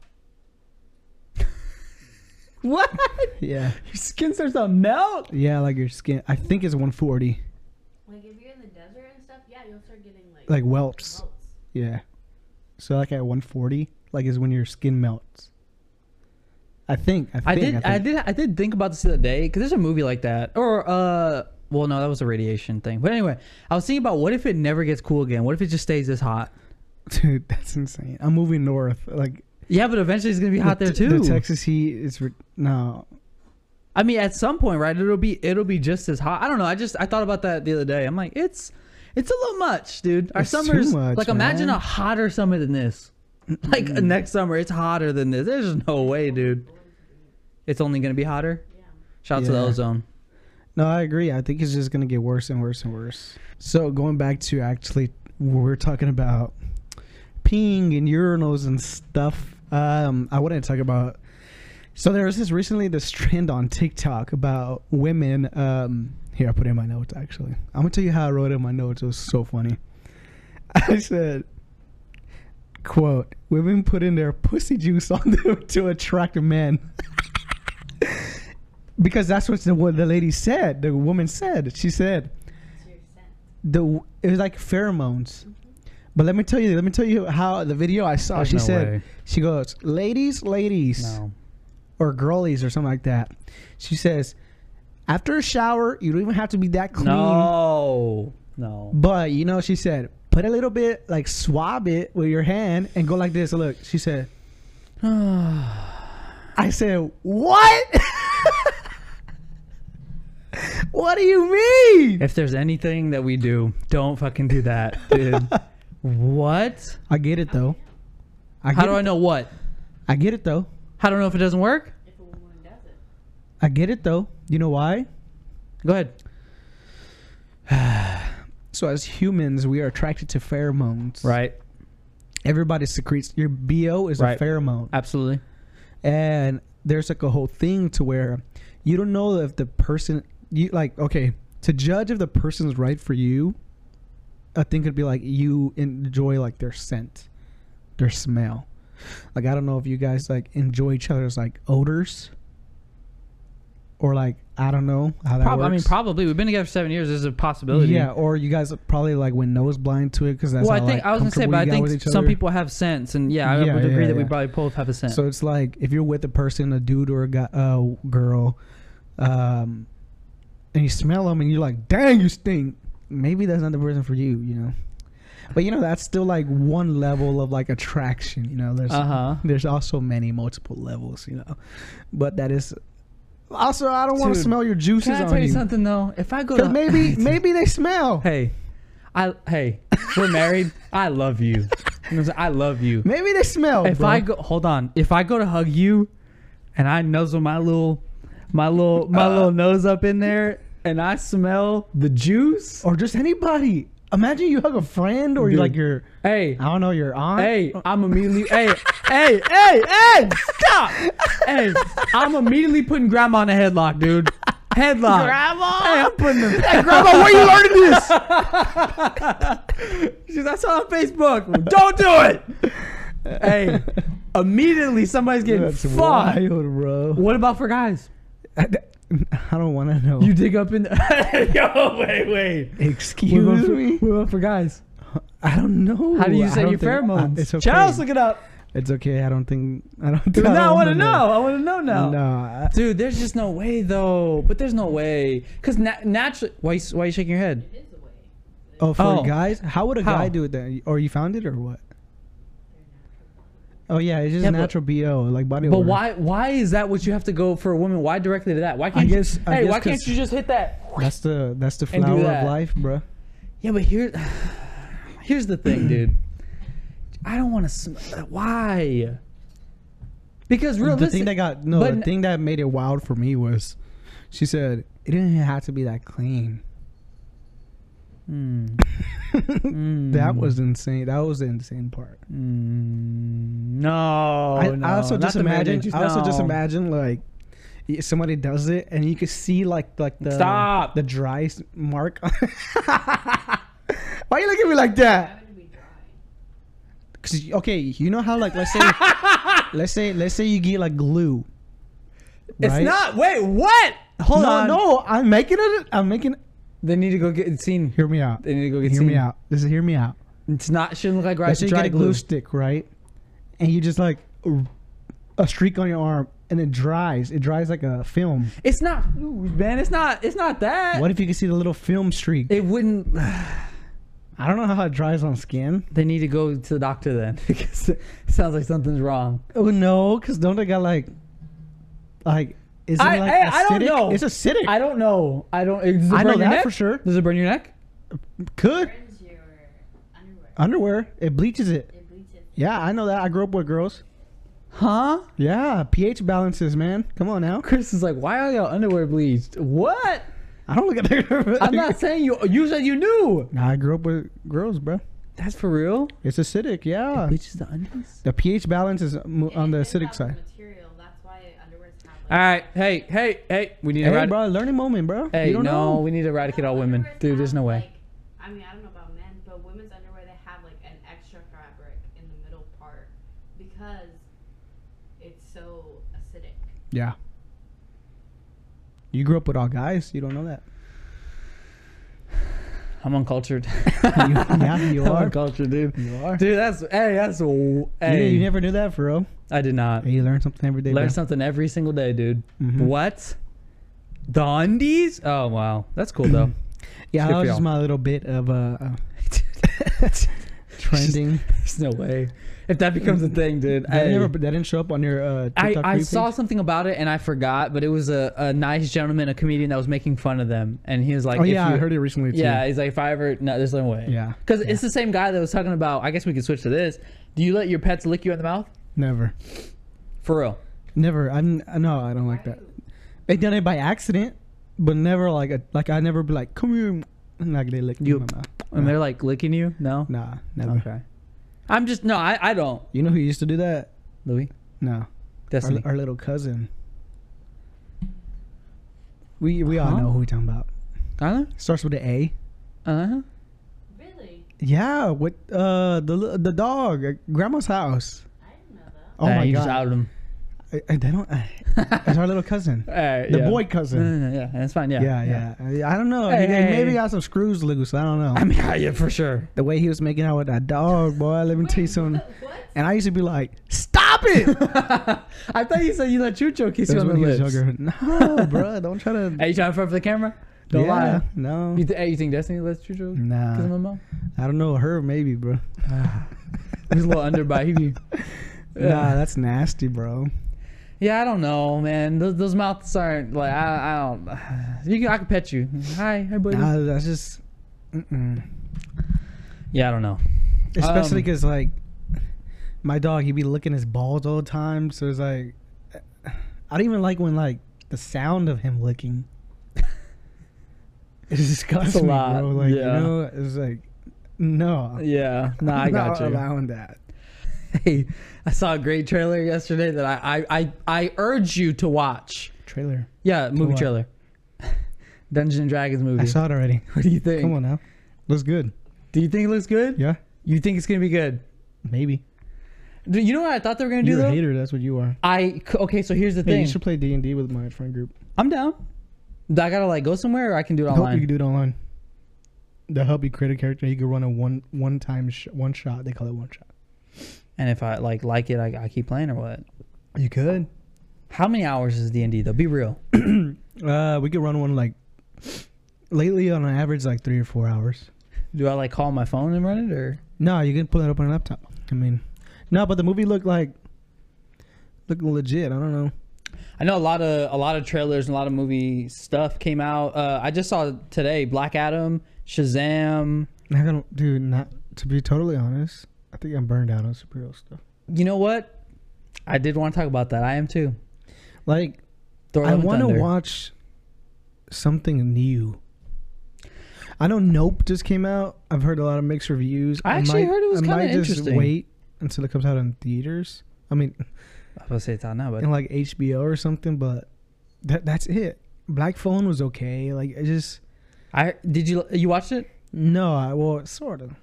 Speaker 2: What?
Speaker 1: Yeah,
Speaker 2: Your skin starts to melt.
Speaker 1: yeah. Like your skin. I think it's 140.
Speaker 3: Like if you're in the desert and stuff, yeah, you'll start getting like,
Speaker 1: Like welts.
Speaker 3: welts.
Speaker 1: Yeah. So like at 140, like is when your skin melts. I think. I, think,
Speaker 2: I did. I,
Speaker 1: think.
Speaker 2: did. I did think about this the other day because there's a movie like that, or uh, well, no, that was a radiation thing. But anyway, I was thinking about what if it never gets cool again? What if it just stays this hot?
Speaker 1: Dude, that's insane. I'm moving north. Like
Speaker 2: Yeah, but eventually it's gonna be hot
Speaker 1: the
Speaker 2: there
Speaker 1: te-
Speaker 2: too.
Speaker 1: The Texas heat is re- no.
Speaker 2: I mean, at some point, right? It'll be it'll be just as hot. I don't know. I just I thought about that the other day. I'm like, it's it's a little much, dude. Our
Speaker 1: It's too
Speaker 2: summers,
Speaker 1: much,
Speaker 2: like, imagine
Speaker 1: man. Mm-hmm.
Speaker 2: a hotter summer than this. Like next summer, it's hotter than this. There's no way, dude. It's only gonna be hotter.
Speaker 3: Yeah.
Speaker 2: Shout out to the
Speaker 1: Yeah.
Speaker 2: ozone.
Speaker 1: No, I agree. I think it's just gonna get worse and worse and worse. So going back to actually, we we're talking about peeing and urinals and stuff. Um, I wanted to talk about. So there was this recently this trend on TikTok about women. Um, here I put it in my notes. Actually, I'm gonna tell you how I wrote it in my notes. It was so funny. I said, "Quote: Women put in their pussy juice on them to attract men." because that's what the, what the lady said. The woman said. She said
Speaker 3: It's your scent.
Speaker 1: the it was like pheromones. But let me tell you. Let me tell you how the video I saw.
Speaker 2: There's
Speaker 1: she
Speaker 2: no
Speaker 1: said
Speaker 2: way.
Speaker 1: she goes, "Ladies, ladies,
Speaker 2: No.
Speaker 1: or girlies, or something like that." She says, "After a shower, you don't even have to be that clean."
Speaker 2: No. No.
Speaker 1: But you know, she said, "Put a little bit, like swab it with your hand, and go like this." Look, she said. I said, "What? what do you mean?"
Speaker 2: If there's anything that we do, don't fucking do that, dude. what?
Speaker 1: I get it though. I get
Speaker 2: How do
Speaker 1: it.
Speaker 2: I know what?
Speaker 1: I get it though.
Speaker 2: How do I know if it doesn't work?
Speaker 3: If a woman does it,
Speaker 1: I get it though. You know why?
Speaker 2: Go ahead.
Speaker 1: So as humans, we are attracted to pheromones.
Speaker 2: Right.
Speaker 1: Everybody secretes. Your BO is
Speaker 2: Right.
Speaker 1: a pheromone,
Speaker 2: Absolutely.
Speaker 1: and there's like a whole thing to where you don't know if the person you like. Okay, to judge if the person's right for you, a thing could be like you enjoy like their scent, their smell. Like I don't know if you guys like enjoy each other's like odors, or like I don't know how that
Speaker 2: Prob-
Speaker 1: works.
Speaker 2: I mean, probably. We've been together for seven years. There's a possibility.
Speaker 1: Yeah, or you guys probably like went nose blind to it because that's
Speaker 2: well, I
Speaker 1: how,
Speaker 2: think
Speaker 1: like,
Speaker 2: I was gonna say,
Speaker 1: comfortable
Speaker 2: but I
Speaker 1: you got
Speaker 2: think
Speaker 1: with each
Speaker 2: some
Speaker 1: other.
Speaker 2: people have sense, and yeah, I
Speaker 1: Yeah,
Speaker 2: would agree
Speaker 1: yeah,
Speaker 2: that we
Speaker 1: yeah.
Speaker 2: probably both have a sense.
Speaker 1: So it's like if you're with a person, a dude or a guy, uh, girl, um, and you smell them and you're like, "Dang, you stink." Maybe that's not the person for you, you know. But you know that's still like one level of like attraction. You know, there's
Speaker 2: uh huh.
Speaker 1: there's also many multiple levels. You know, but that is also I don't want to
Speaker 2: Dude,
Speaker 1: smell your juices
Speaker 2: Can I
Speaker 1: on
Speaker 2: tell you
Speaker 1: you.
Speaker 2: something though? If I go to
Speaker 1: 'Cause maybe maybe they smell.
Speaker 2: hey, I hey, we're married. I love you. You know what I'm saying? I love you.
Speaker 1: Maybe they smell.
Speaker 2: if
Speaker 1: bro.
Speaker 2: I go, hold on. If I go to hug you, and I nuzzle my little, my
Speaker 1: Uh,
Speaker 2: little, my little nose up in there, and I smell the juice.
Speaker 1: oh, or just anybody. Imagine you hug a friend or you
Speaker 2: Dude.
Speaker 1: like your
Speaker 2: Hey,
Speaker 1: I don't know your aunt.
Speaker 2: hey, I'm immediately hey, hey, hey, hey, stop! Hey, I'm immediately putting grandma in a headlock, dude. Headlock.
Speaker 1: Grandma?
Speaker 2: Hey, I'm putting them.
Speaker 1: Hey, grandma, where you learning this?
Speaker 2: She's that's on Facebook. Don't do it. hey, immediately somebody's getting
Speaker 1: That's
Speaker 2: fucked.
Speaker 1: wild, bro.
Speaker 2: What about for guys?
Speaker 1: I I don't want to know.
Speaker 2: You dig up in the Yo, wait, wait.
Speaker 1: Excuse
Speaker 2: what about for,
Speaker 1: me?
Speaker 2: What about for guys?
Speaker 1: I don't know.
Speaker 2: How do you
Speaker 1: I
Speaker 2: set
Speaker 1: don't
Speaker 2: your
Speaker 1: think- I-
Speaker 2: pheromones?
Speaker 1: it's okay.
Speaker 2: Charles, look it up.
Speaker 1: It's okay. I don't think. I don't.
Speaker 2: Dude,
Speaker 1: I
Speaker 2: now I
Speaker 1: don't
Speaker 2: want to
Speaker 1: wanna
Speaker 2: know. I want to know now.
Speaker 1: No. I,
Speaker 2: Dude, there's just no way though. But there's no way, cause na- naturally, why you, s- why you shaking your head?
Speaker 3: It is a way.
Speaker 1: oh, for
Speaker 2: Oh.
Speaker 1: guys, how would a guy
Speaker 2: How?
Speaker 1: do it then? Or you found it or what? Oh yeah, it's just
Speaker 2: Yeah, but-
Speaker 1: natural bo like body.
Speaker 2: But
Speaker 1: odor.
Speaker 2: why why is that what you have to go for a woman? Why directly to that? Why can't
Speaker 1: guess-
Speaker 2: you,
Speaker 1: I
Speaker 2: hey
Speaker 1: guess
Speaker 2: why can't
Speaker 1: 'cause-
Speaker 2: you just hit that?
Speaker 1: That's the that's the
Speaker 2: And do
Speaker 1: flower of
Speaker 2: that.
Speaker 1: life, bro.
Speaker 2: Yeah, but here, here's the thing, dude. I don't want to. Sm- why? Because real.
Speaker 1: The thing that got no,
Speaker 2: but
Speaker 1: the
Speaker 2: n-
Speaker 1: thing that made it wild for me was, she said it didn't have to be that clean.
Speaker 2: Mm,
Speaker 1: That was insane. That was the insane part.
Speaker 2: mm, no,
Speaker 1: I,
Speaker 2: Oh, no.
Speaker 1: I also
Speaker 2: not
Speaker 1: just
Speaker 2: the marinade
Speaker 1: imagine.
Speaker 2: juice,
Speaker 1: I also just
Speaker 2: no.
Speaker 1: imagine like y- somebody does it and you could see like like the
Speaker 2: Stop.
Speaker 1: the dry s- mark. Why you looking at me like that?
Speaker 3: Why would it be dry?
Speaker 1: 'Cause you- okay, you know how like let's say let's say let's say you get like glue.
Speaker 2: It's
Speaker 1: right?
Speaker 2: not. Wait, what? Hold
Speaker 1: no,
Speaker 2: on.
Speaker 1: no. I'm making it. I'm making.
Speaker 2: They need to go get it seen.
Speaker 1: Hear me out.
Speaker 2: They need to go get
Speaker 1: Hear
Speaker 2: seen.
Speaker 1: me out. This is hear me out.
Speaker 2: It's not. Shouldn't look like
Speaker 1: Let's
Speaker 2: rice
Speaker 1: say you
Speaker 2: dry
Speaker 1: get a glue
Speaker 2: glue.
Speaker 1: stick, right? And you just like r- a streak on your arm, and it dries. It dries like a film.
Speaker 2: It's not, ooh, man. It's not. It's not that.
Speaker 1: What if you could see the little film streak?
Speaker 2: It wouldn't.
Speaker 1: I don't know how it dries on skin.
Speaker 2: They need to go to the doctor then, because it sounds like something's wrong.
Speaker 1: Oh no, because don't they got like, like is it
Speaker 2: I-
Speaker 1: like
Speaker 2: I- I don't
Speaker 1: acidic?
Speaker 2: know.
Speaker 1: It's acidic.
Speaker 2: I don't know. I don't. Does it
Speaker 1: I
Speaker 2: burn
Speaker 1: know
Speaker 2: your
Speaker 1: that
Speaker 2: neck?
Speaker 1: for sure.
Speaker 2: Does it burn your neck?
Speaker 1: Could
Speaker 3: Burns your underwear.
Speaker 2: Uh.
Speaker 1: underwear? It bleaches it.
Speaker 3: It bleaches.
Speaker 1: Yeah, I know that. I grew up with girls.
Speaker 2: Huh?
Speaker 1: Yeah, pH balances, man. Come on now.
Speaker 2: Chris is like, why are y'all underwear bleached? What?
Speaker 1: I don't look at their.
Speaker 2: I'm not saying you. You said you knew.
Speaker 1: Nah, I grew up with girls, bro.
Speaker 2: That's for real.
Speaker 1: It's acidic. Yeah.
Speaker 2: Bleaches the undies.
Speaker 1: The pH balance is mo- on the
Speaker 3: It depends
Speaker 1: acidic
Speaker 3: on the
Speaker 1: side.
Speaker 3: Material. That's why underwears have.
Speaker 2: All
Speaker 3: Like,
Speaker 2: right. Hey. Hey. Hey. We need to.
Speaker 1: Hey,
Speaker 2: Erad-
Speaker 1: bro, learning moment, bro.
Speaker 2: Hey.
Speaker 1: you don't
Speaker 2: no.
Speaker 1: know.
Speaker 2: We need to eradicate all
Speaker 3: No,
Speaker 2: women,
Speaker 3: underwears
Speaker 2: dude. There's no
Speaker 3: have,
Speaker 2: way.
Speaker 3: Like, I mean, I don't know about men, but women's underwear they have like an extra fabric in the middle part because it's so acidic.
Speaker 1: Yeah. You grew up with all guys. You don't know that.
Speaker 2: I'm uncultured.
Speaker 1: yeah, you
Speaker 2: I'm
Speaker 1: are.
Speaker 2: uncultured, dude.
Speaker 1: You are.
Speaker 2: Dude, that's hey, that's w-
Speaker 1: You,
Speaker 2: hey.
Speaker 1: you never knew that, for real.
Speaker 2: I did not
Speaker 1: Hey, you learn something every day.
Speaker 2: learn
Speaker 1: bro.
Speaker 2: something every single day, dude.
Speaker 1: Mhm.
Speaker 2: What? The undies? Oh wow, that's cool though.
Speaker 1: Yeah,
Speaker 2: Good
Speaker 1: that was
Speaker 2: for
Speaker 1: just
Speaker 2: y'all.
Speaker 1: my little bit of uh, uh trending.
Speaker 2: There's no way. If that becomes a thing, dude.
Speaker 1: That,
Speaker 2: hey.
Speaker 1: never, that didn't show up on your uh,
Speaker 2: I,
Speaker 1: TikTok.
Speaker 2: I
Speaker 1: preview
Speaker 2: saw
Speaker 1: page?
Speaker 2: something about it and I forgot, but it was a, a nice gentleman, a comedian that was making fun of them, and he was like,
Speaker 1: oh
Speaker 2: if
Speaker 1: yeah,
Speaker 2: you,
Speaker 1: I heard it recently too.
Speaker 2: Yeah, he's like, if I ever, no, there's no way.
Speaker 1: Yeah.
Speaker 2: because it's the same guy that was talking about. I guess we could switch to this. Do you let your pets lick you in the mouth?
Speaker 1: never,
Speaker 2: For real?
Speaker 1: never. I'm no, I don't like that. They done it by accident, but never like a, like I never be like, come here, and like they lick me
Speaker 2: You-
Speaker 1: in my mouth.
Speaker 2: And they're like licking you? No.
Speaker 1: Nah, never.
Speaker 2: Okay. I'm just no, I, I don't,
Speaker 1: You know who used to do that?
Speaker 2: Louis.
Speaker 1: No, our,
Speaker 2: Destiny.
Speaker 1: our little cousin. We we all
Speaker 2: Huh?
Speaker 1: know who we talking about.
Speaker 2: Uh
Speaker 1: Starts with an A.
Speaker 2: huh.
Speaker 3: Really?
Speaker 1: Yeah, with uh the li- the dog at grandma's house.
Speaker 3: I didn't know that.
Speaker 1: Oh my
Speaker 2: you
Speaker 1: god!
Speaker 2: Uh, Just outed him.
Speaker 1: I, I, they don't. I, it's our little cousin,
Speaker 2: Alright,
Speaker 1: the
Speaker 2: yeah.
Speaker 1: boy
Speaker 2: No,
Speaker 1: cousin.
Speaker 2: no, no, yeah, that's fine. Yeah.
Speaker 1: Yeah, yeah. I, I don't know.
Speaker 2: Hey,
Speaker 1: he,
Speaker 2: hey,
Speaker 1: maybe
Speaker 2: hey.
Speaker 1: got some screws loose. I don't know.
Speaker 2: I mean, yeah, for sure.
Speaker 1: the way he was making out with that dog, boy. Let me tell you something.
Speaker 3: What?
Speaker 1: And I used to be like, "Stop it!"
Speaker 2: I thought you said you let Chucho kiss
Speaker 1: That's
Speaker 2: you on the
Speaker 1: when he was
Speaker 2: lips.
Speaker 1: younger. No, bro, don't try to.
Speaker 2: Hey, you trying to front for the camera? Don't
Speaker 1: yeah,
Speaker 2: lie.
Speaker 1: No.
Speaker 2: You, th- hey, you think Destiny lets Chucho kiss
Speaker 1: Nah.
Speaker 2: my mom?
Speaker 1: I don't know her. Maybe, bro.
Speaker 2: He's a little underbite. He be.
Speaker 1: Nah, that's nasty, bro.
Speaker 2: Yeah, I don't know, man. Those, those mouths aren't like I, I don't. You can, I can pet you. Hi, hi, buddy.
Speaker 1: Nah, that's just. Mm-mm.
Speaker 2: yeah, I don't know.
Speaker 1: especially
Speaker 2: Um,
Speaker 1: because like my dog he be licking his balls all the time so it's like i don't even like when like the sound of him licking it disgusts
Speaker 2: That's a
Speaker 1: me
Speaker 2: lot,
Speaker 1: bro like
Speaker 2: yeah.
Speaker 1: you know it's like No.
Speaker 2: Yeah, no, I
Speaker 1: I'm
Speaker 2: got
Speaker 1: not
Speaker 2: you.
Speaker 1: allowing that.
Speaker 2: Hey, I saw a great trailer yesterday that I I I, I urge you to watch.
Speaker 1: Trailer.
Speaker 2: Yeah, movie
Speaker 1: what?
Speaker 2: trailer. Dungeons and Dragons movie.
Speaker 1: I saw it already.
Speaker 2: what do you think?
Speaker 1: Come on now. Looks good.
Speaker 2: Do you think it looks good?
Speaker 1: Yeah.
Speaker 2: You think it's gonna be good?
Speaker 1: Maybe.
Speaker 2: Do you know what I thought they were gonna do
Speaker 1: You're a
Speaker 2: though?
Speaker 1: hater. That's what you are.
Speaker 2: I c- okay. So here's the
Speaker 1: Hey,
Speaker 2: thing.
Speaker 1: you should play D and D with my friend group.
Speaker 2: I'm down. Do I gotta like go somewhere or I can do it
Speaker 1: Nope, you
Speaker 2: online?
Speaker 1: can do it online. They'll help you create a character. You can run a one one time sh- one shot. They call it one shot.
Speaker 2: and if I like like it, I, I keep playing or what?
Speaker 1: You could.
Speaker 2: How many hours is D and D though? Be real.
Speaker 1: Uh, we could run one like lately on an average like three or four hours.
Speaker 2: Do I like call my phone and run it or?
Speaker 1: No, you can pull it up on a laptop. I mean, no, but the movie looked like looked legit. I don't know.
Speaker 2: I know a lot of a lot of trailers and a lot of movie stuff came out. Uh, I just saw today Black Adam, Shazam.
Speaker 1: I don't, dude. Not to be totally honest, I think I'm burned out on superhero stuff.
Speaker 2: You know what? I did want to talk about that. I am too.
Speaker 1: Like,
Speaker 2: Thor:
Speaker 1: I
Speaker 2: Love and
Speaker 1: want to
Speaker 2: Thunder.
Speaker 1: watch something new. I know Nope just came out. I've heard a lot of mixed reviews.
Speaker 2: I actually heard it
Speaker 1: I
Speaker 2: was kinda
Speaker 1: might just
Speaker 2: interesting.
Speaker 1: Wait until it comes out in theaters. I mean,
Speaker 2: I was gonna say it's out now, but
Speaker 1: in like HBO or something. But that that's it. Black Phone was okay. Like I just
Speaker 2: I did you you watched it?
Speaker 1: no. I well sort of.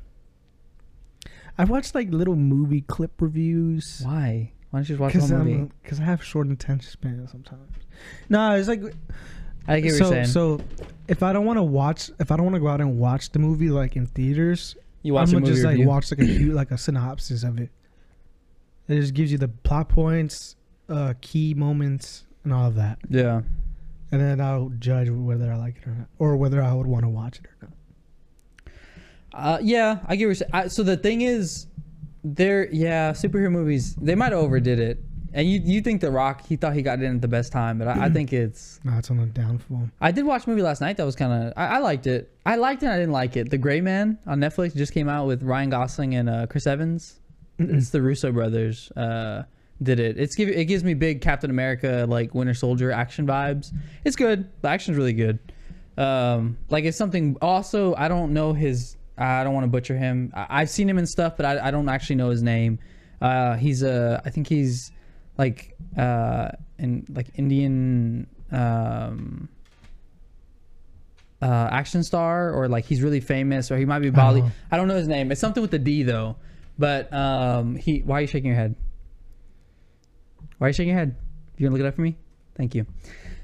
Speaker 1: I watched like little movie clip reviews.
Speaker 2: Why? Why don't you just watch
Speaker 1: Because
Speaker 2: the whole movie?
Speaker 1: I have short attention span sometimes. No, it's like
Speaker 2: I get what
Speaker 1: so.
Speaker 2: you're saying.
Speaker 1: So if I don't want to watch, if I don't want to go out and watch the movie like in theaters,
Speaker 2: you watch
Speaker 1: I'm
Speaker 2: the
Speaker 1: gonna
Speaker 2: movie
Speaker 1: just like
Speaker 2: review.
Speaker 1: watch like a few- like a synopsis of it. It just gives you the plot points, uh, key moments, and all of that,
Speaker 2: yeah.
Speaker 1: and then I'll judge whether I like it or not, or whether I would want to watch it or not.
Speaker 2: Uh, yeah, I get what you're saying. I- So the thing is, there, yeah, superhero movies, they might have overdid it. And you, you think The Rock, he thought he got in at the best time, but I, I think it's.
Speaker 1: No, it's on the downfall.
Speaker 2: I did watch a movie last night that was kind of. I, I liked it. I liked it. and I didn't like it. The Gray Man on Netflix just came out with Ryan Gosling and uh, Chris Evans. It's the Russo brothers. Uh, did it? It's give, it gives me big Captain America like Winter Soldier action vibes. It's good. The action's really good. Um, like it's something. Also, I don't know his. I don't want to butcher him. I, I've seen him in stuff, but I, I don't actually know his name. Uh, he's a. I think he's like uh, in like Indian. Um, uh, action star or like he's really famous or he might be Bali.
Speaker 1: know.
Speaker 2: I don't know his name. It's something with the D though. But um, he. Why are you shaking your head? Why are you shaking your head? You gonna look it up for me? Thank you.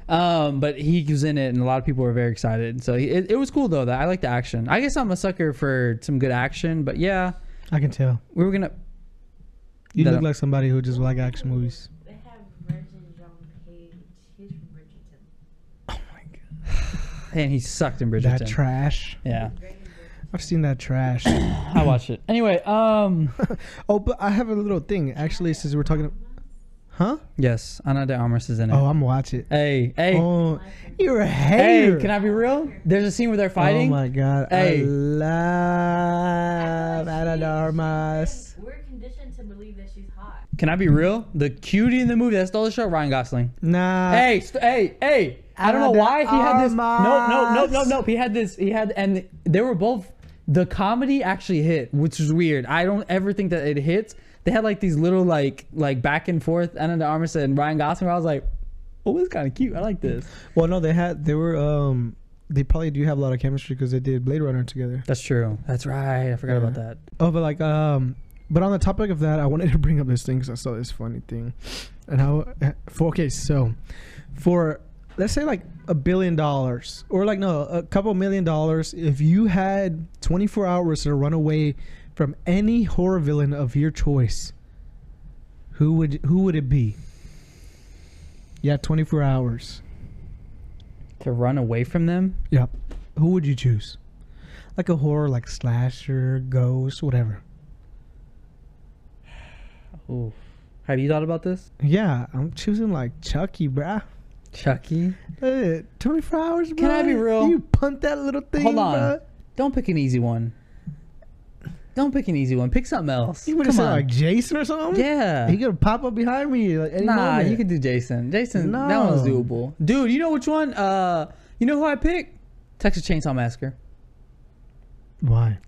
Speaker 2: Um, but he was in it, and a lot of people were very excited. So he, it, it was cool though. That I like the action. I guess I'm a sucker for some good action. But yeah,
Speaker 1: I can tell.
Speaker 2: we were gonna.
Speaker 1: You
Speaker 2: No,
Speaker 1: look
Speaker 2: no.
Speaker 1: like somebody who just like action movies.
Speaker 3: They have Virgin John Page. He's from Bridgerton.
Speaker 2: And he sucked in Bridgerton.
Speaker 1: That trash.
Speaker 2: yeah,
Speaker 3: Great in Bridgerton.
Speaker 1: I've seen that trash.
Speaker 2: I watched it. Anyway, um,
Speaker 1: oh, but I have a little thing actually. Since we're talking, huh?
Speaker 2: yes, Ana de Armas is in it.
Speaker 1: Oh, I'm gonna watch it.
Speaker 2: Hey, hey,
Speaker 1: Oh, you're a hater.
Speaker 2: hey! Can I be real? There's a scene where they're fighting.
Speaker 1: Oh my god.
Speaker 2: Hey.
Speaker 1: I love Ana de Armas.
Speaker 3: We're conditioned to believe that she's hot.
Speaker 2: Can I be real? The cutie in the movie that stole the show, Ryan Gosling.
Speaker 1: Nah.
Speaker 2: hey, st- hey, hey! I don't know
Speaker 1: Ana de
Speaker 2: why he had this. No, no, no, no,
Speaker 1: Armas.
Speaker 2: no. He had this. He had, and they were both. The comedy actually hit, which is weird. I don't ever think that it hits. They had like these little like like back and forth. Anna de Armas and Ryan Gosling. Where I was like, oh, it's kind of cute. I like this.
Speaker 1: Well, no, they had they were um they probably do have a lot of chemistry because they did Blade Runner together.
Speaker 2: That's true. That's right. I forgot about
Speaker 1: Yeah.
Speaker 2: that.
Speaker 1: Oh, but like um but on the topic of that, I wanted to bring up this thing because I saw this funny thing. And how for okay, so for let's say like a billion dollars or like no, a couple million dollars if you had 24 hours to run away from any horror villain of your choice, who would who would it be? Yeah, 24 hours.
Speaker 2: To run away from them.
Speaker 1: Yep. Who would you choose? Like a horror like slasher, ghost, whatever.
Speaker 2: Ooh. Have you thought about this,
Speaker 1: Yeah, I'm choosing like Chucky, bruh.
Speaker 2: Chucky?
Speaker 1: Hey, 24 hours, bro.
Speaker 2: Can I be real?
Speaker 1: You punt that little thing.
Speaker 2: Hold on.
Speaker 1: bruh.
Speaker 2: Don't pick an easy one. Don't pick an easy one. Pick something else.
Speaker 1: You would have
Speaker 2: Come
Speaker 1: said
Speaker 2: on.
Speaker 1: like Jason or something?
Speaker 2: yeah.
Speaker 1: He could pop up behind me like any
Speaker 2: nah,
Speaker 1: moment.
Speaker 2: you could do Jason. Jason, that one's
Speaker 1: No.
Speaker 2: doable. Dude, you know which one? Uh, you know who I picked? Texas Chainsaw Massacre.
Speaker 1: Why?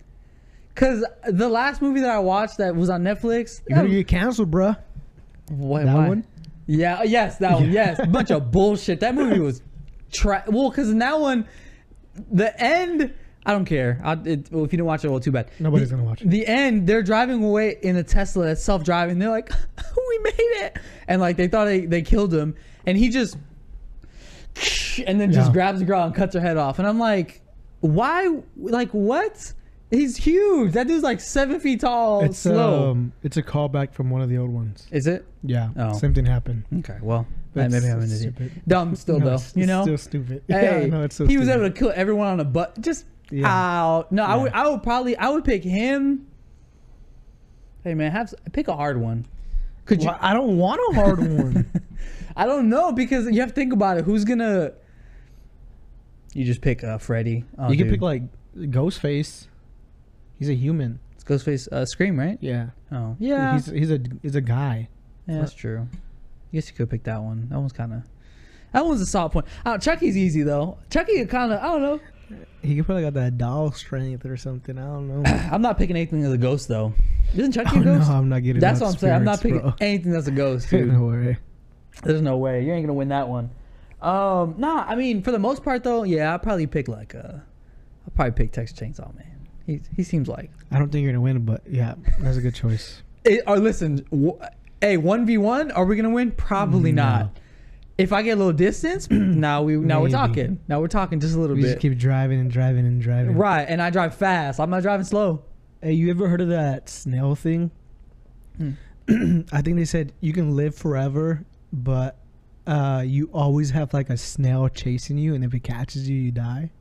Speaker 2: Cause the last movie that I watched that was on Netflix,
Speaker 1: You're gonna
Speaker 2: that-
Speaker 1: get canceled, bruh.
Speaker 2: Why-
Speaker 1: That
Speaker 2: why?
Speaker 1: one?
Speaker 2: Yeah. Yes, that one. Yes. Bunch of bullshit. That movie was tra- well, because in that one, the end. I don't care. I, it, well, if you didn't watch it, well, too bad.
Speaker 1: Nobody's
Speaker 2: The-
Speaker 1: gonna watch it.
Speaker 2: The end. They're driving away in a Tesla that's self-driving. They're like, "We made it!" And like they thought they, they killed him, and he just and then just
Speaker 1: Yeah.
Speaker 2: grabs the girl and cuts her head off. And I'm like, why? Like what? He's huge. That dude's like seven feet tall.
Speaker 1: It's
Speaker 2: slow.
Speaker 1: um, it's a callback from one of the old ones.
Speaker 2: Is it?
Speaker 1: Yeah,
Speaker 2: Oh.
Speaker 1: same thing happened.
Speaker 2: Okay. Well, that
Speaker 1: It's
Speaker 2: maybe I'm an idiot.
Speaker 1: stupid.
Speaker 2: Dumb still
Speaker 1: No,
Speaker 2: though.
Speaker 1: it's-
Speaker 2: You
Speaker 1: it's
Speaker 2: know.
Speaker 1: still stupid.
Speaker 2: Hey,
Speaker 1: yeah, no, it's so
Speaker 2: he was
Speaker 1: stupid.
Speaker 2: able to kill everyone on a butt. Just
Speaker 1: Yeah.
Speaker 2: ow. No, I would.
Speaker 1: Yeah.
Speaker 2: I would probably. I would pick him. Hey man, have s- pick a hard one. Could you?
Speaker 1: Well, I don't want a hard one.
Speaker 2: I don't know because you have to think about it. Who's gonna? You just pick uh, Freddy. Oh,
Speaker 1: you
Speaker 2: dude.
Speaker 1: can pick like Ghostface. He's a human.
Speaker 2: It's Ghostface uh, Scream, right?
Speaker 1: Yeah.
Speaker 2: Oh, yeah.
Speaker 1: He's he's a he's a guy.
Speaker 2: yeah, that's true. I guess you could pick that one. That one's kind of. That one's a solid point. Oh, Chucky's easy though. Chucky kind of. I don't know.
Speaker 1: He could probably got that doll strength or something. I don't know.
Speaker 2: I'm not picking anything as a ghost though. Isn't Chucky
Speaker 1: oh,
Speaker 2: a
Speaker 1: no,
Speaker 2: ghost?
Speaker 1: I'm not getting.
Speaker 2: That's
Speaker 1: that
Speaker 2: what I'm saying. I'm not picking
Speaker 1: spirits, bro.
Speaker 2: anything that's a ghost, dude.
Speaker 1: no way.
Speaker 2: There's no way. You ain't gonna win that one. Um, nah, I mean, for the most part though, yeah, I'll probably pick like uh I'll probably pick Texas Chainsaw Man. He he seems like
Speaker 1: I don't think you're gonna win, but yeah, that's a good choice.
Speaker 2: Eh, or listen, w- hey, one v one, are we gonna win? Probably
Speaker 1: No.
Speaker 2: not. If I get a little distance, now we now we're
Speaker 1: Maybe.
Speaker 2: talking. Now we're talking just a little
Speaker 1: We
Speaker 2: bit.
Speaker 1: just keep driving and driving and driving.
Speaker 2: right, and I drive fast. I'm not driving slow.
Speaker 1: Hey, you ever heard of that snail thing?
Speaker 2: Hmm.
Speaker 1: I think they said you can live forever, but uh, you always have like a snail chasing you, and if it catches you, you die.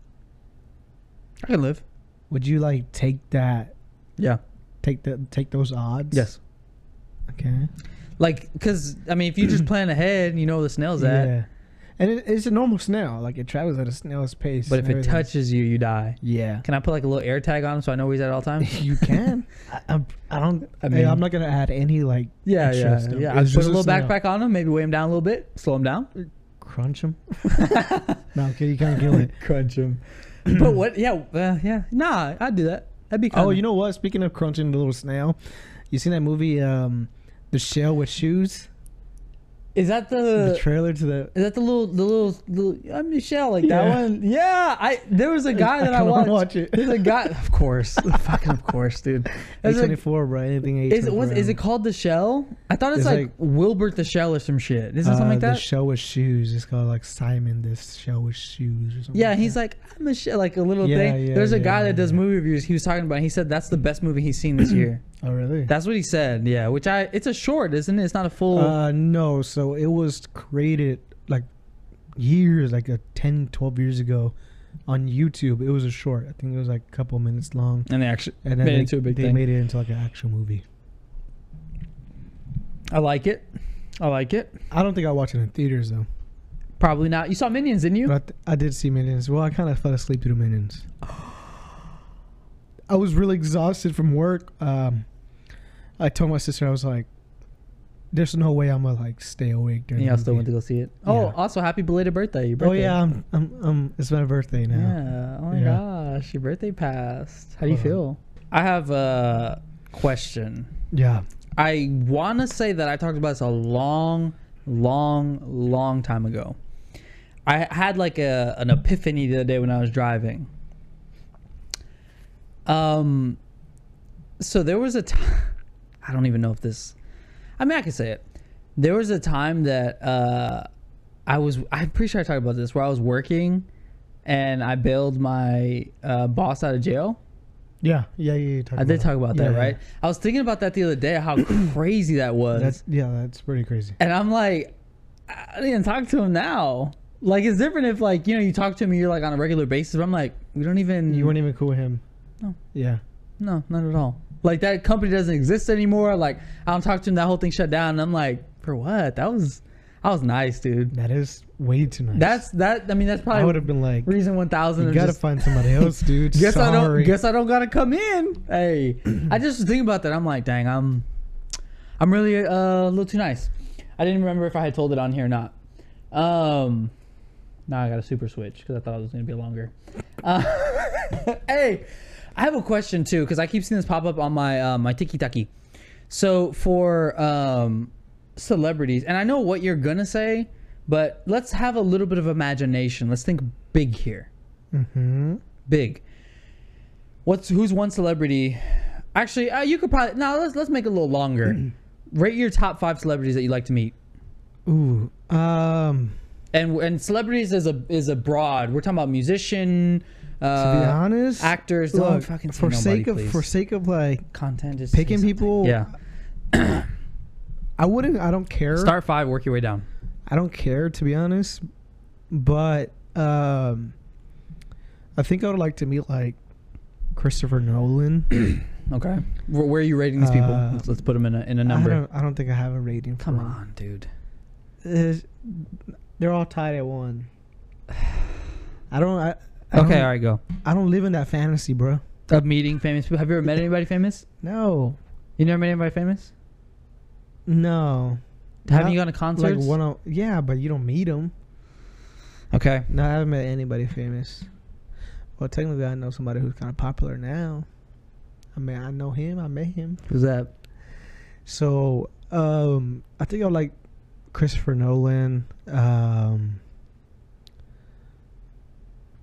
Speaker 2: I can live.
Speaker 1: Would you like take that?
Speaker 2: Yeah.
Speaker 1: Take the take those odds.
Speaker 2: Yes.
Speaker 1: Okay.
Speaker 2: Like, cause I mean, if you just plan ahead, you know where the snail's at.
Speaker 1: Yeah. And it, it's a normal snail. Like it travels at a snail's pace.
Speaker 2: But
Speaker 1: and
Speaker 2: if it
Speaker 1: everything.
Speaker 2: touches you, you die.
Speaker 1: yeah,
Speaker 2: Can I put like a little air tag on him so I know where he's at all times?
Speaker 1: you can. I, I'm, I don't.
Speaker 2: I
Speaker 1: I
Speaker 2: mean-
Speaker 1: I'm not gonna add any like
Speaker 2: yeah,
Speaker 1: It's
Speaker 2: yeah,
Speaker 1: just a-
Speaker 2: yeah. I
Speaker 1: it's
Speaker 2: put a
Speaker 1: just a
Speaker 2: little
Speaker 1: snail.
Speaker 2: backpack on him, maybe weigh him down a little bit, slow him down,
Speaker 1: crunch them. no, okay, you can't kill it.
Speaker 2: crunch him. but what? Yeah, uh, yeah. Nah, I'd do that. That'd be. Kinda,
Speaker 1: Oh, you know what? Speaking of crunching the little snail, you seen that movie, um, The Shell with Shoes?
Speaker 2: is that the?
Speaker 1: the trailer to the.
Speaker 2: is that the little, the little, little uh, Michelle like that
Speaker 1: Yeah.
Speaker 2: one? Yeah, I there was a guy that I,
Speaker 1: kinda wanna
Speaker 2: watched.
Speaker 1: watch it.
Speaker 2: There's a guy, of course, fucking of course, dude. There's
Speaker 1: A
Speaker 2: a-
Speaker 1: twenty four, bro. Anything A24
Speaker 2: is it was is it called the Shell? I thought it's,
Speaker 1: It's
Speaker 2: like, uh,
Speaker 1: like-
Speaker 2: Wilbert the Shell or some shit. Isn't it something like
Speaker 1: Uh, The
Speaker 2: that?
Speaker 1: Shell with Shoes. It's called like Simon. This Shell with Shoes. Or something
Speaker 2: Yeah,
Speaker 1: like
Speaker 2: he's
Speaker 1: that.
Speaker 2: like I'm a shit, like a little
Speaker 1: Yeah,
Speaker 2: thing.
Speaker 1: yeah,
Speaker 2: There's a
Speaker 1: yeah,
Speaker 2: guy
Speaker 1: yeah,
Speaker 2: that does
Speaker 1: yeah.
Speaker 2: movie reviews. He was talking about. He said that's the best movie he's seen this year.
Speaker 1: Oh really?
Speaker 2: That's what he said. Yeah, which I it's a short, isn't it? It's not a full.
Speaker 1: Uh, no. So it was created like years, like a 10, 12 years ago, on YouTube. It was a short. I think it was like a couple minutes long,
Speaker 2: and they actually
Speaker 1: and then
Speaker 2: made it
Speaker 1: they,
Speaker 2: into a big
Speaker 1: they
Speaker 2: thing.
Speaker 1: made it into like an actual movie.
Speaker 2: I like it. I like it.
Speaker 1: I don't think I watched it in theaters though.
Speaker 2: Probably not. You saw Minions, didn't you?
Speaker 1: But I did see Minions. Well, I kind of fell asleep through Minions. I was really exhausted from work. Um, I told my sister I was like, "There's no way I'm gonna like stay awake during."
Speaker 2: Yeah, I
Speaker 1: the
Speaker 2: still went to
Speaker 1: movie."
Speaker 2: go see it. Oh,
Speaker 1: Yeah.
Speaker 2: also happy belated birthday. Your
Speaker 1: Oh
Speaker 2: birthday.
Speaker 1: yeah, I'm, I'm, I'm, it's my birthday now.
Speaker 2: Yeah. Oh my
Speaker 1: Yeah.
Speaker 2: gosh, your birthday passed. How do you
Speaker 1: Hold
Speaker 2: feel? I have a question.
Speaker 1: Yeah.
Speaker 2: I want to say that I talked about this a long, long, long time ago. I had like a an epiphany the other day when I was driving. Um, so there was a time. I don't even know if this. I mean, I can say it. There was a time that uh, I was. I'm pretty sure I talked about this where I was working, and I bailed my uh, boss out of jail.
Speaker 1: Yeah, yeah, yeah. you talked
Speaker 2: I did
Speaker 1: it.
Speaker 2: talk about that,
Speaker 1: Yeah,
Speaker 2: right? I was thinking about that the other day, how crazy that
Speaker 1: yeah.
Speaker 2: was.
Speaker 1: That's yeah, that's pretty crazy.
Speaker 2: and I'm like, I didn't talk to him now. Like, it's different if, like, you know, you talk to him and you're like on a regular basis, but I'm like, we don't even.
Speaker 1: You weren't even cool with him.
Speaker 2: Mm. No.
Speaker 1: Yeah.
Speaker 2: No, not at all. Like, that company doesn't exist anymore. Like, I don't talk to him. That whole thing shut down. And I'm like, for what? That was, I was nice, dude.
Speaker 1: That is way too nice.
Speaker 2: That's that. I mean, that's
Speaker 1: I would
Speaker 2: probably
Speaker 1: have been like, you
Speaker 2: reason 1000. of
Speaker 1: gotta
Speaker 2: just-
Speaker 1: find somebody else, dude.
Speaker 2: Guess
Speaker 1: Sorry.
Speaker 2: I don't. Guess I don't gotta come in. Hey, I just was thinking about that. I'm like, dang, I'm, I'm really uh, a little too nice. I didn't remember if I had told it on here or not. Um, now I got a super switch because I thought it was gonna be longer. Uh, hey, I have a question too because I keep seeing this pop up on my uh, my Tiki Taki. So for um, celebrities, and I know what you're gonna say, but let's have a little bit of imagination. Let's think big here.
Speaker 1: Mm-hmm.
Speaker 2: Big. What's who's one celebrity? Actually, uh, you could probably no. Let's let's make it a little longer. Rate your top five celebrities that you like to meet.
Speaker 1: Ooh. Um.
Speaker 2: and and celebrities is a is a broad. We're talking about musician,
Speaker 1: To be
Speaker 2: uh,
Speaker 1: honest,
Speaker 2: actors.
Speaker 1: look,
Speaker 2: don't fucking say
Speaker 1: for
Speaker 2: nobody,
Speaker 1: sake of
Speaker 2: please.
Speaker 1: for sake of like
Speaker 2: content, just say
Speaker 1: picking
Speaker 2: something.
Speaker 1: people,
Speaker 2: Yeah,
Speaker 1: I wouldn't. I don't care.
Speaker 2: start five, work your way down.
Speaker 1: I don't care to be honest, but um, I think I would like to meet like Christopher Nolan.
Speaker 2: Okay, where, where are you rating these people?
Speaker 1: Uh,
Speaker 2: let's, let's put them in a in a
Speaker 1: I
Speaker 2: number.
Speaker 1: don't, I don't think I have a rating. For
Speaker 2: Come
Speaker 1: him.
Speaker 2: on, dude.
Speaker 1: There's- they're all tied at one. I don't. I, I
Speaker 2: Okay,
Speaker 1: don't-
Speaker 2: all right, go.
Speaker 1: I don't live in that fantasy, bro.
Speaker 2: Of meeting famous people. Have you ever met anybody famous?
Speaker 1: No,
Speaker 2: You never met anybody famous?
Speaker 1: no.
Speaker 2: Haven't
Speaker 1: Not
Speaker 2: you gone to concerts?
Speaker 1: Like one on, yeah, but you don't meet them.
Speaker 2: okay.
Speaker 1: No, I haven't met anybody famous. Well, technically, I know somebody who's kind of popular now. I mean, I know him. I met him.
Speaker 2: Who's that?
Speaker 1: So, um, I think I would like Christopher Nolan, um,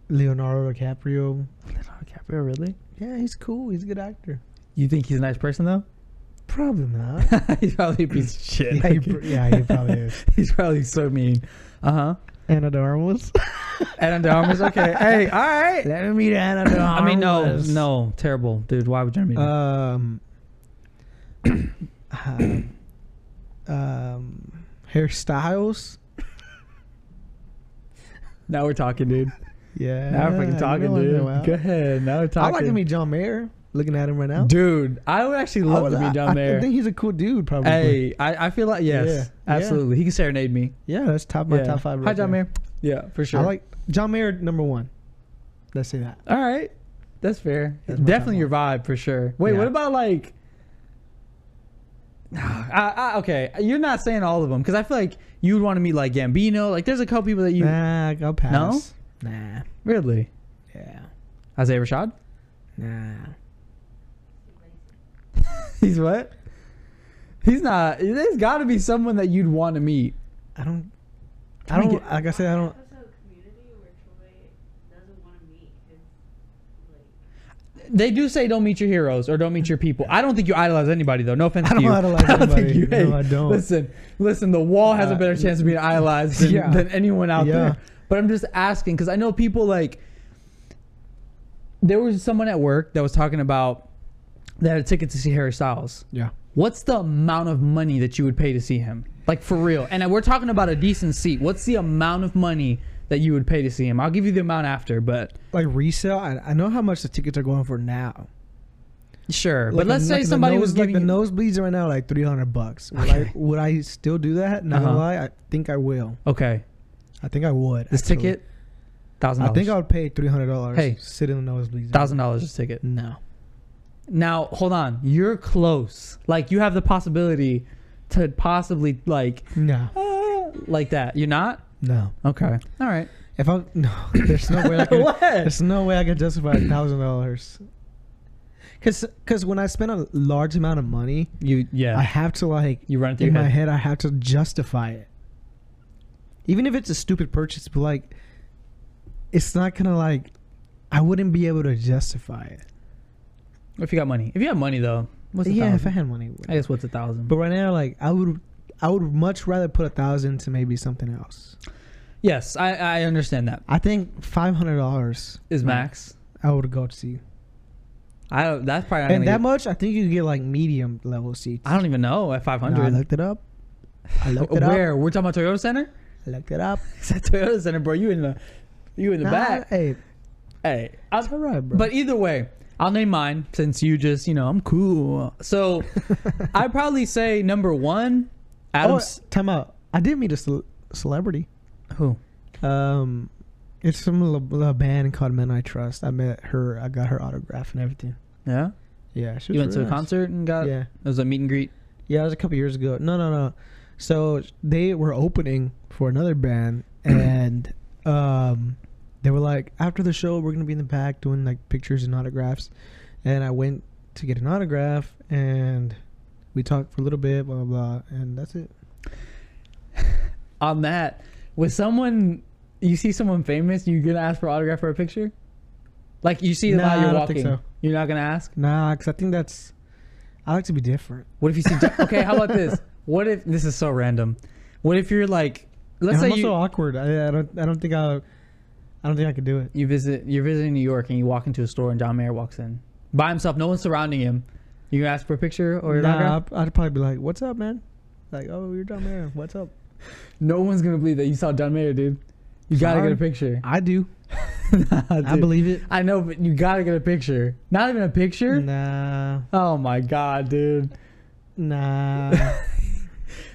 Speaker 1: Leonardo DiCaprio.
Speaker 2: Leonardo DiCaprio, really?
Speaker 1: Yeah, he's cool. He's a good actor.
Speaker 2: You think he's a nice person though?
Speaker 1: Probably not.
Speaker 2: he's probably a piece of shit.
Speaker 1: yeah, he, pr- yeah, he probably is.
Speaker 2: he's probably so mean. Uh huh.
Speaker 1: Anna de Armas.
Speaker 2: Anna de Armas. Okay. hey, all right.
Speaker 1: Let me meet Anna de Armas.
Speaker 2: I mean, no, no, terrible, dude. Why would you meet? him?
Speaker 1: Um, um, um, hairstyles.
Speaker 2: now we're talking, dude.
Speaker 1: Yeah.
Speaker 2: Now we're fucking
Speaker 1: you
Speaker 2: talking,
Speaker 1: know I know
Speaker 2: dude.
Speaker 1: out.
Speaker 2: Go ahead. Now we're talking.
Speaker 1: I'd like to meet John Mayer. Looking at him right now.
Speaker 2: dude. I would actually
Speaker 1: I
Speaker 2: love
Speaker 1: would-
Speaker 2: to meet
Speaker 1: I-
Speaker 2: John
Speaker 1: I,
Speaker 2: Mayer.
Speaker 1: think he's a cool dude, probably.
Speaker 2: Hey, I, I feel like yes,
Speaker 1: Yeah,
Speaker 2: absolutely. He can serenade me.
Speaker 1: Yeah, that's top my
Speaker 2: Yeah.
Speaker 1: top five.
Speaker 2: Hi,
Speaker 1: right
Speaker 2: John
Speaker 1: there.
Speaker 2: Mayer. Yeah, for sure.
Speaker 1: I like John Mayer number one. Let's say that.
Speaker 2: All right, that's fair.
Speaker 1: That's my
Speaker 2: Definitely your vibe for sure. Wait,
Speaker 1: Yeah.
Speaker 2: what about like? I, I, okay, you're not saying all of them because I feel like you would want to meet like Gambino. Like, there's a couple people that you
Speaker 1: nah, I'll pass. No. Nah.
Speaker 2: really
Speaker 1: Yeah.
Speaker 2: Isaiah Rashad.
Speaker 1: Nah.
Speaker 2: He's what? He's not. There's got to be someone that you'd want to meet.
Speaker 1: I don't. I
Speaker 2: Trying to
Speaker 1: don't.
Speaker 2: get-
Speaker 1: like I said, I don't.
Speaker 3: Episode community where Troy doesn't want to meet his like.
Speaker 2: They do say don't meet your heroes or don't meet your people. I don't think you idolize anybody though. No offense
Speaker 1: I don't
Speaker 2: to you.
Speaker 1: idolize anybody. No, I don't.
Speaker 2: Listen, listen. The wall has a
Speaker 1: Uh,
Speaker 2: better chance of being idolized than,
Speaker 1: yeah.
Speaker 2: than anyone out
Speaker 1: Yeah.
Speaker 2: there. But I'm just asking because I know people like. There was someone at work that was talking about that had a ticket to see Harry Styles.
Speaker 1: Yeah.
Speaker 2: What's the amount of money that you would pay to see him? Like for real. And uh, we're talking about a decent seat. What's the amount of money that you would pay to see him? I'll give you the amount after, but
Speaker 1: Like resale. I, I know how much the tickets are going for now.
Speaker 2: sure.
Speaker 1: Like
Speaker 2: but let's
Speaker 1: the-
Speaker 2: say
Speaker 1: like the
Speaker 2: somebody was
Speaker 1: nose- like
Speaker 2: giving
Speaker 1: the
Speaker 2: you-
Speaker 1: nosebleeds are right now, like three hundred bucks. Would,
Speaker 2: Okay.
Speaker 1: I, would I still do that? Not gonna
Speaker 2: Uh-huh.
Speaker 1: lie, I think I will.
Speaker 2: Okay.
Speaker 1: I think I would.
Speaker 2: This
Speaker 1: actually.
Speaker 2: ticket thousand
Speaker 1: I
Speaker 2: dollars.
Speaker 1: think I would pay three hundred dollars.
Speaker 2: Hey.
Speaker 1: sit in the nosebleeds.
Speaker 2: thousand dollars this ticket.
Speaker 1: No.
Speaker 2: Now hold on. You're close. Like you have the possibility to possibly like
Speaker 1: No. Uh,
Speaker 2: ah, like that. You're not?
Speaker 1: No.
Speaker 2: Okay. All right.
Speaker 1: If I no, there's no way I can.
Speaker 2: what?
Speaker 1: There's no way I could justify a thousand dollars. Cause, cause when I spend a large amount of money,
Speaker 2: You yeah.
Speaker 1: I have to like
Speaker 2: you run it through
Speaker 1: in
Speaker 2: your
Speaker 1: my head,
Speaker 2: head.
Speaker 1: I have to justify it. Even if it's a stupid purchase, but like, it's not gonna like, I wouldn't be able to justify it.
Speaker 2: If you got money. If you have money though, what's a
Speaker 1: yeah, if
Speaker 2: thousand?
Speaker 1: I had money, I would.
Speaker 2: I guess what's a thousand?
Speaker 1: But right now, like, I would, I would much rather put a thousand to maybe something else.
Speaker 2: yes, I, I understand that
Speaker 1: I think five hundred dollars
Speaker 2: is max.
Speaker 1: I would go to see.
Speaker 2: I don't, that's probably not
Speaker 1: And
Speaker 2: gonna
Speaker 1: that
Speaker 2: get-
Speaker 1: much, I think you could get like medium level seats.
Speaker 2: I don't even know at five
Speaker 1: No, I
Speaker 2: hundred.
Speaker 1: looked it up. I looked it up.
Speaker 2: Where we're talking about Toyota Center?
Speaker 1: I looked it up.
Speaker 2: Is that Toyota Center, bro? You in the you in the
Speaker 1: Nah,
Speaker 2: back?
Speaker 1: Hey,
Speaker 2: Hey, I'll-
Speaker 1: it's all right, bro.
Speaker 2: But either way, I'll name mine since you just, you know, I'm cool. So I probably say number one, Adam.
Speaker 1: oh,
Speaker 2: S-
Speaker 1: time out. I did meet a cel- celebrity.
Speaker 2: who?
Speaker 1: Um, it's from a little, little band called Men I Trust. I met her. I got her autograph and everything.
Speaker 2: Yeah.
Speaker 1: Yeah, she was
Speaker 2: You went to
Speaker 1: really
Speaker 2: a
Speaker 1: nice.
Speaker 2: concert and got.
Speaker 1: Yeah,
Speaker 2: It was a meet and greet.
Speaker 1: yeah, it was a couple years ago. No, no, no. So they were opening for another band, and um, they were like, after the show, we're gonna be in the back doing like pictures and autographs. and I went to get an autograph, and we talked for a little bit, blah blah, blah and that's it.
Speaker 2: On that, with someone you see someone famous, you gonna ask for autograph or a picture? Like you see them
Speaker 1: Nah,
Speaker 2: while
Speaker 1: I
Speaker 2: you're
Speaker 1: don't think
Speaker 2: walking,
Speaker 1: so.
Speaker 2: you're not gonna ask.
Speaker 1: Nah, because I think that's. I like to be different.
Speaker 2: What if you see? Jo- okay, how about this? What if this is so random? What if you're like, let's
Speaker 1: and I'm
Speaker 2: say you
Speaker 1: also awkward. I, I don't. I don't think I. I don't think I could do it.
Speaker 2: you visit you're visiting New York and you walk into a store and John Mayer walks in by himself, no one's surrounding him. You gonna ask for a picture or an
Speaker 1: nah,
Speaker 2: autograph?
Speaker 1: I'd, I'd probably be like, "What's up, man?" Like, "Oh, you're John Mayer. What's up?"
Speaker 2: No one's gonna believe that you saw John Mayer, dude. You gotta get
Speaker 1: Sorry.
Speaker 2: a picture.
Speaker 1: I do.
Speaker 2: Nah,
Speaker 1: I
Speaker 2: dude.
Speaker 1: believe it.
Speaker 2: I know, but you gotta get a picture. Not even a picture.
Speaker 1: Nah,
Speaker 2: Oh my god, dude.
Speaker 1: nah.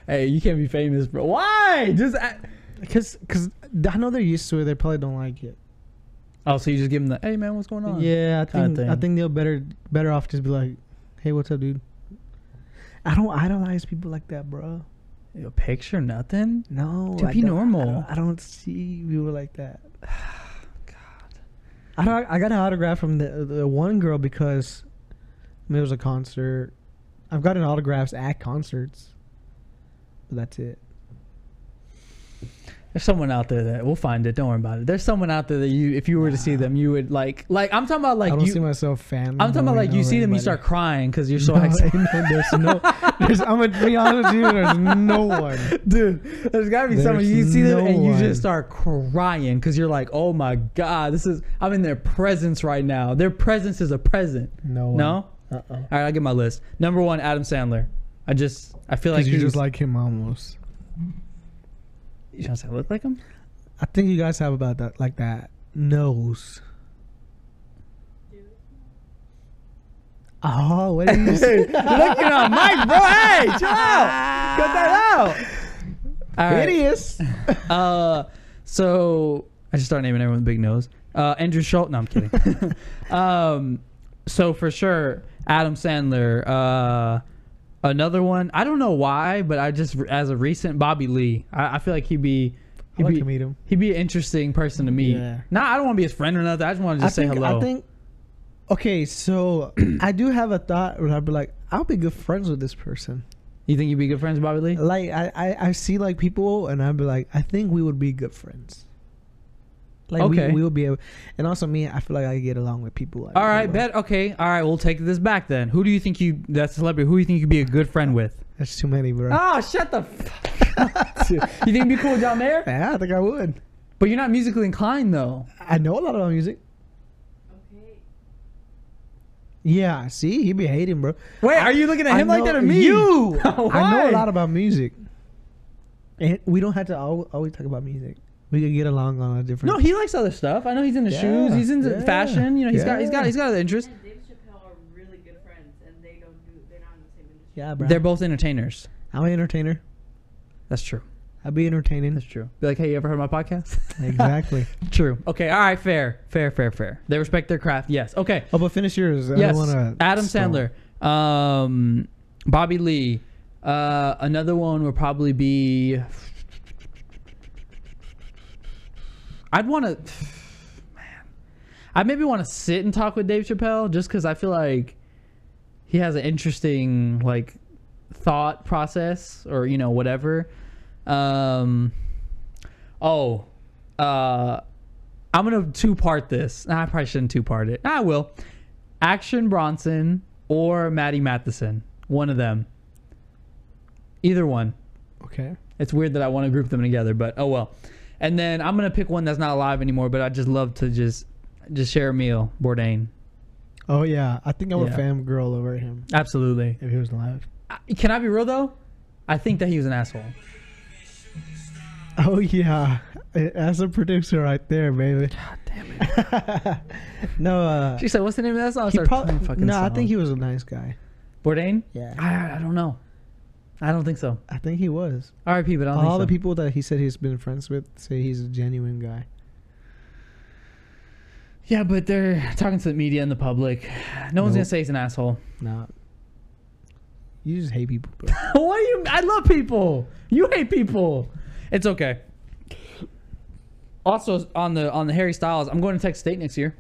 Speaker 2: Hey, you can't be famous, bro. Why? Just a-
Speaker 1: Because, cause I know they're used to it. They probably don't like it.
Speaker 2: oh, so you just give him the hey man, what's going on?
Speaker 1: Yeah, I
Speaker 2: Kinda
Speaker 1: think I
Speaker 2: thing.
Speaker 1: think they'll better better off just be like, "Hey, what's up, dude?" I don't idolize people like that, bro.
Speaker 2: A picture, nothing.
Speaker 1: No,
Speaker 2: To
Speaker 1: I
Speaker 2: be
Speaker 1: don't-
Speaker 2: normal.
Speaker 1: I don't, I don't see people like that. God, I don't, I got an autograph from the the one girl because I mean, it was a concert. I've gotten autographs at concerts, but that's it.
Speaker 2: There's someone out there that we'll find it. Don't worry about it. There's someone out there that you, if you were to see them, you would like, like I'm talking about like
Speaker 1: I don't
Speaker 2: you.
Speaker 1: see myself fan.
Speaker 2: I'm talking about like you see them, you start crying because you're so
Speaker 1: No,
Speaker 2: excited.
Speaker 1: no, there's no. There's, I'm gonna be honest with you. There's no one.
Speaker 2: Dude, there's gotta be someone you
Speaker 1: There's
Speaker 2: see them
Speaker 1: no
Speaker 2: and you
Speaker 1: one.
Speaker 2: just start crying because you're like, oh my god, this is I'm in their presence right now. Their presence is a present.
Speaker 1: No. One.
Speaker 2: No.
Speaker 1: Uh. uh
Speaker 2: All right, I'll get my list. Number one, Adam Sandler. I just I feel like
Speaker 1: Because you just
Speaker 2: he's-
Speaker 1: like him almost.
Speaker 2: you trying to say I look like him.
Speaker 1: I think you guys have about that like that nose. Oh, what did you say?
Speaker 2: Looking on Mike, bro. Hey, chill out. Cut that out. All right.
Speaker 1: Hideous.
Speaker 2: Uh, so I just start naming everyone with big nose. Uh, Andrew Schultz. No, I'm kidding. um, so for sure, Adam Sandler. Uh, another one. I don't know why, but I just as a recent Bobby Lee. I, I feel like he'd be.
Speaker 1: I'd
Speaker 2: He'd
Speaker 1: like
Speaker 2: be,
Speaker 1: to meet him.
Speaker 2: he'd be an interesting person to meet.
Speaker 1: Yeah.
Speaker 2: Nah, I don't want to be his friend or nothing. I just want to just
Speaker 1: I
Speaker 2: say
Speaker 1: think,
Speaker 2: hello.
Speaker 1: I think. Okay, so I do have a thought where I'd be like, I'll be good friends with this person.
Speaker 2: you think you'd be good friends, with Bobby Lee?
Speaker 1: Like I, I, I see like people and I'd be like, I think we would be good friends. Like
Speaker 2: Okay.
Speaker 1: we, we would be able, and also me, I feel like I get along with people.
Speaker 2: All right, bet. Okay, all right. We'll take this back then. Who do you think you that celebrity? Who do you think you'd be a good friend with?
Speaker 1: That's too many, bro.
Speaker 2: Oh, shut the. F- up, dude. you think it'd be cool down there?
Speaker 1: Yeah, I think I would.
Speaker 2: But you're not musically inclined though.
Speaker 1: I know a lot about music.
Speaker 3: Okay.
Speaker 1: Yeah, see, he be hating, bro.
Speaker 2: Wait, are you looking at
Speaker 1: I
Speaker 2: him like
Speaker 1: know-
Speaker 2: that or me?
Speaker 1: You. I know
Speaker 2: Why?
Speaker 1: a lot about music, and we don't have to al- always talk about music. We could get along on a different.
Speaker 2: No, he likes other stuff. I know he's into
Speaker 1: Yeah,
Speaker 2: shoes. He's into
Speaker 1: yeah,
Speaker 2: fashion. You know, he's got he's got
Speaker 1: yeah.
Speaker 2: he's got other interests.
Speaker 3: And Dave Chappelle are really good friends, and they don't do. They're not in the same industry.
Speaker 1: yeah, bro.
Speaker 2: They're both entertainers.
Speaker 1: I'm an entertainer.
Speaker 2: That's true.
Speaker 1: I be entertaining.
Speaker 2: That's true. Be like, hey, you ever heard my podcast?
Speaker 1: exactly.
Speaker 2: true. Okay. All right. Fair. Fair. Fair. Fair. They respect their craft. Yes. Okay.
Speaker 1: Oh, but finish yours. I
Speaker 2: yes.
Speaker 1: don't wanna
Speaker 2: Adam
Speaker 1: stall.
Speaker 2: Sandler. Um, Bobby Lee. Uh, another one would probably be. I'd want to. I maybe want to sit and talk with Dave Chappelle just because I feel like he has an interesting like thought process or you know whatever. Um, oh, uh, I'm gonna two part this. Nah, I probably shouldn't two part it. Nah, I will. Action Bronson or Maddie Matheson, one of them. Either one.
Speaker 1: Okay.
Speaker 2: It's weird that I want to group them together, but oh well. And then I'm gonna pick one that's not alive anymore, but I just love to just just share a meal, Bourdain.
Speaker 1: Oh yeah, I think I would
Speaker 2: Yeah.
Speaker 1: fangirl over him
Speaker 2: Absolutely.
Speaker 1: if he was alive.
Speaker 2: I- Can I be real though? I think that he was an asshole.
Speaker 1: Oh yeah, as a producer right there, baby.
Speaker 2: God damn it.
Speaker 1: no, uh,
Speaker 2: She said, "What's the name of that song?" I
Speaker 1: he
Speaker 2: started
Speaker 1: probably.
Speaker 2: playing fucking
Speaker 1: No, I
Speaker 2: song.
Speaker 1: think he was a nice guy.
Speaker 2: Bourdain.
Speaker 1: Yeah,
Speaker 2: I I don't know. I don't think so.
Speaker 1: I think he was.
Speaker 2: R.I.P. But I don't
Speaker 1: All the
Speaker 2: think so.
Speaker 1: people that he said he's been friends with say he's a genuine guy.
Speaker 2: Yeah, but they're talking to the media and the public. No one's
Speaker 1: Nope.
Speaker 2: gonna say he's an asshole.
Speaker 1: Nah, you just hate people. Bro.
Speaker 2: what do you? I love people. You hate people. It's okay. Also on the on the Harry Styles, I'm going to Texas State next year.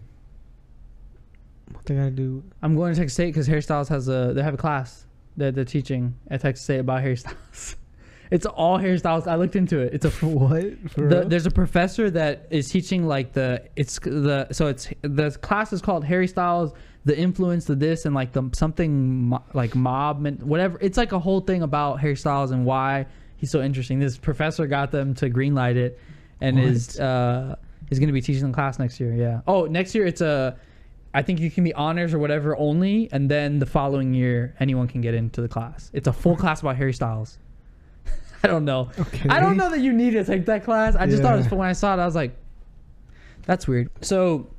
Speaker 1: what They gotta do.
Speaker 2: I'm going to Texas State because hairstyles has a they have a class that they're teaching at Texas State about hairstyles. it's all hairstyles. I looked into it. It's a
Speaker 1: What? For
Speaker 2: the,
Speaker 1: real?
Speaker 2: there's a professor that is teaching like the it's the so it's the class is called Harry Styles, the influence of this and like the something mo- like mob and whatever. It's like a whole thing about Harry Styles and why he's so interesting. This professor got them to greenlight it, and is uh is going to be teaching the class next year. Yeah. Oh, next year it's a. I think you can be honors or whatever only, and then the following year anyone can get into the class. It's a full class about Harry Styles. I don't know.
Speaker 1: Okay.
Speaker 2: I don't know that you need to take that class. I just thought it was
Speaker 1: Yeah.
Speaker 2: fun when I saw it. I was like, that's weird. So,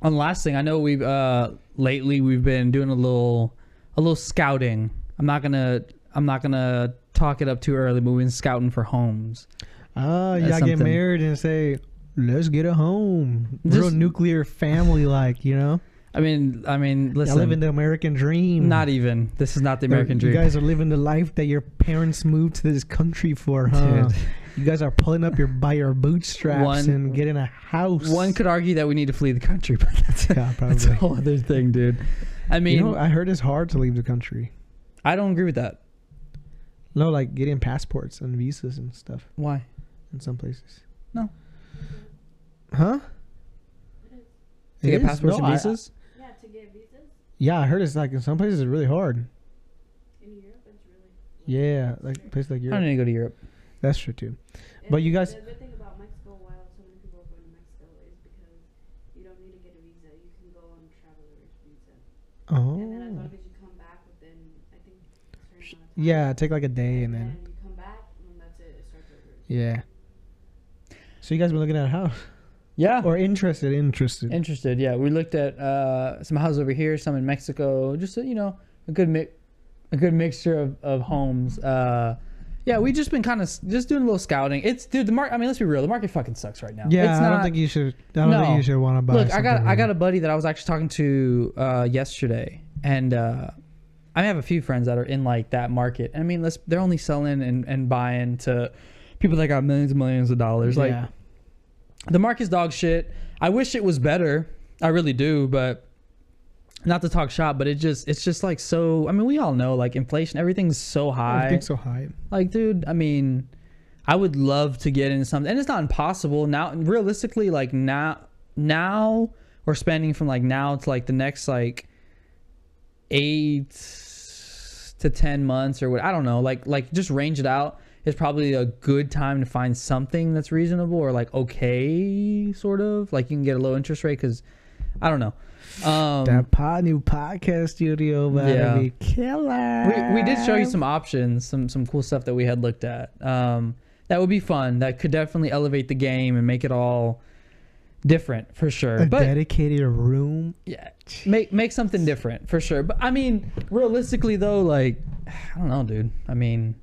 Speaker 2: on the last thing, I know we've uh lately we've been doing a little a little scouting. I'm not gonna I'm not gonna talk it up too early, but we've been scouting for homes.
Speaker 1: Ah,
Speaker 2: That's
Speaker 1: y'all get
Speaker 2: something.
Speaker 1: married and say, "Let's get a home." Real
Speaker 2: Just-
Speaker 1: nuclear family, like you know.
Speaker 2: I mean, I mean,
Speaker 1: I
Speaker 2: listen,
Speaker 1: live in the American dream.
Speaker 2: not even. This is not the
Speaker 1: Yo,
Speaker 2: American dream.
Speaker 1: You guys are living the life that your parents moved to this country for, huh?
Speaker 2: Dude.
Speaker 1: You guys are pulling up your by your bootstraps
Speaker 2: One-
Speaker 1: and getting a house.
Speaker 2: One could argue that we need to flee the country, but that's,
Speaker 1: yeah, probably.
Speaker 2: that's a whole other thing, dude. I mean,
Speaker 1: you know, I heard it's hard to leave the country.
Speaker 2: I don't agree with that.
Speaker 1: No, like getting passports and visas and stuff
Speaker 2: Why?
Speaker 1: in some places.
Speaker 2: No.
Speaker 1: Huh?
Speaker 2: To
Speaker 1: It
Speaker 2: get
Speaker 1: is?
Speaker 2: passports
Speaker 1: No,
Speaker 2: and
Speaker 1: I-
Speaker 2: visas?
Speaker 3: Yeah, to get visas
Speaker 1: yeah, I heard it's like in some places it's really hard.
Speaker 3: in Europe, it's really.
Speaker 1: Yeah, like places like
Speaker 2: I don't
Speaker 1: Europe.
Speaker 2: e- need to go to Europe.
Speaker 1: That's true too. But
Speaker 3: And
Speaker 1: you guys-
Speaker 3: The good thing about Mexico, why so many people are going to Mexico, is because you don't need to get a visa. You can go on traveler's visa, and then as
Speaker 1: Oh.
Speaker 3: long as you come back within, I think, a certain amount of time.
Speaker 1: Yeah, take like a day and then
Speaker 3: you come back, and that's it. It starts over.
Speaker 1: yeah. So you guys been looking at a house
Speaker 2: Yeah.
Speaker 1: or interested? Interested.
Speaker 2: Interested, yeah. We looked at uh, some houses over here, some in Mexico, just uh, you know, a good mi- a good mixture of, of homes. Uh, yeah, we just been kind of just doing a little scouting. It's dude, the market. I mean, let's be real, the market fucking sucks right now.
Speaker 1: Yeah,
Speaker 2: it's
Speaker 1: I don't think you should. I don't think
Speaker 2: No.
Speaker 1: you should want to buy.
Speaker 2: Look, I got
Speaker 1: something
Speaker 2: I
Speaker 1: really-
Speaker 2: got a buddy that I was actually talking to uh, yesterday, and uh, I have a few friends that are in like that market. I mean, let's they're only selling and, and buying to people that got millions and millions of dollars. Like
Speaker 1: Yeah.
Speaker 2: the market's dog shit. I wish it was better. I really do, but not to talk shop, but it just it's just like so I mean, we all know like inflation, everything's so
Speaker 1: I
Speaker 2: high.
Speaker 1: think so high.
Speaker 2: Like, dude, I mean, I would love to get into something and it's not impossible. Now realistically, like now now we're spending from like now to like the next like eight to ten months or what I don't know, like like just range it out. It's probably a good time to find something that's reasonable or like okay, sort of like you can get a low interest rate because I don't know. Um,
Speaker 1: that pod, new podcast studio about
Speaker 2: Yeah.
Speaker 1: to be killer.
Speaker 2: we, we did show
Speaker 1: Um,
Speaker 2: you some options, some some cool stuff that we had looked at. Um, that would be fun. That could definitely elevate the game and make it all different for sure.
Speaker 1: a
Speaker 2: but
Speaker 1: dedicated room.
Speaker 2: yeah, make make something different for sure. But I mean, realistically though, like I don't know, dude. I mean,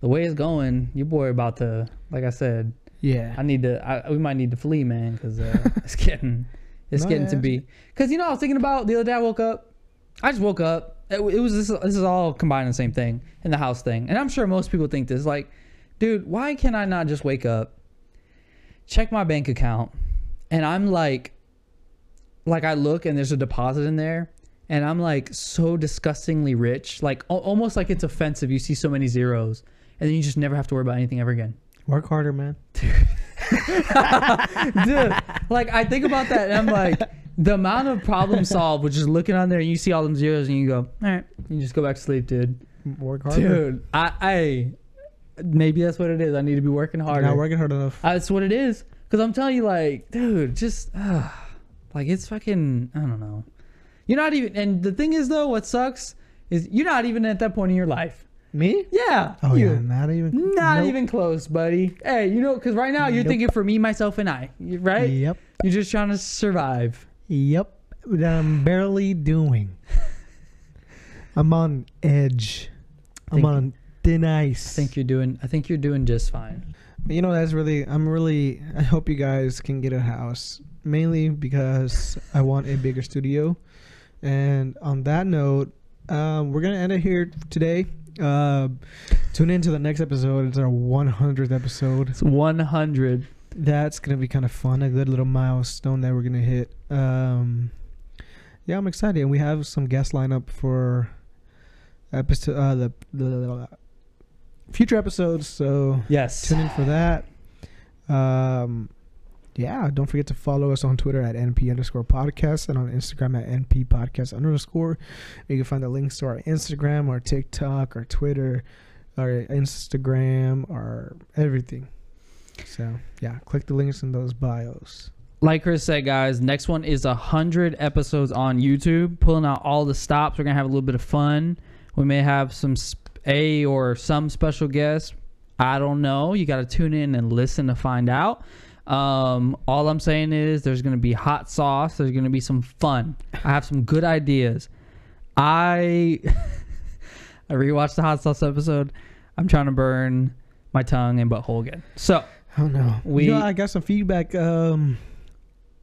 Speaker 2: the way it's going, your boy about to. Like I said, I
Speaker 1: Yeah,
Speaker 2: need to. I, we might need to flee, man, because uh, it's getting, it's
Speaker 1: No,
Speaker 2: getting to
Speaker 1: yeah.
Speaker 2: be. Because you know, I was thinking about the other day. I woke up. I just woke up. It, w- it was this. This is all combined in the same thing, in the house thing. And I'm sure most people think this. Like, dude, why can I not just wake up, check my bank account, and I'm like, like I look and there's a deposit in there. And I'm like so disgustingly rich, like al- almost like it's offensive. You see so many zeros, and then you just never have to worry about anything ever again.
Speaker 1: work harder, man.
Speaker 2: Dude, like I think about that and I'm like, the amount of problem solved was just looking on there and you see all them zeros and you go, all right, you just go back to sleep, dude.
Speaker 1: Work harder.
Speaker 2: Dude, I, I maybe that's what it is. I need to be working harder.
Speaker 1: Not working hard enough.
Speaker 2: that's what it is. Cause I'm telling you, like, dude, just uh, like it's fucking. I don't know. You're not even. And the thing is, though, what sucks is you're not even at that point in your life.
Speaker 1: Me?
Speaker 2: Yeah.
Speaker 1: Oh
Speaker 2: you.
Speaker 1: yeah, not even.
Speaker 2: Not
Speaker 1: nope.
Speaker 2: even close, buddy. Hey, you know, because right now you're
Speaker 1: Nope.
Speaker 2: thinking for me, myself, and I, you- right?
Speaker 1: Yep.
Speaker 2: You're just trying to survive.
Speaker 1: Yep. That I'm barely doing. I'm on edge. I'm
Speaker 2: Thank you.
Speaker 1: on thin ice.
Speaker 2: I think you're doing. I think you're doing just fine.
Speaker 1: You know, that's really, I'm really, I hope you guys can get a house. Mainly because I want a bigger studio. And on that note, um, we're going to end it here today. Uh, tune in to the next episode. It's our 100th episode.
Speaker 2: It's 100.
Speaker 1: That's going to be kind of fun. A good little milestone that we're going to hit. Um, Yeah, I'm excited. And we have some guests lined up for episode uh, the, the, the future episodes. So
Speaker 2: Yes.
Speaker 1: tune in for that. Um, yeah, don't forget to follow us on Twitter at np underscore podcast and on Instagram at np podcast underscore. You can find the links to our Instagram, our TikTok, our Twitter, our Instagram, our everything. So yeah, click the links in those bios.
Speaker 2: Like Chris said, guys, next one is a hundred episodes on YouTube, pulling out all the stops. We're gonna have a little bit of fun. We may have some sp- a or some special guests. I don't know. You got to tune in and listen to find out. Um, all I'm saying is there's gonna be hot sauce. There's gonna be some fun. I have some good ideas. I I rewatched the hot sauce episode. I'm trying to burn my tongue and butthole again. So
Speaker 1: I don't know.
Speaker 2: We-
Speaker 1: you know, I got some feedback. Um,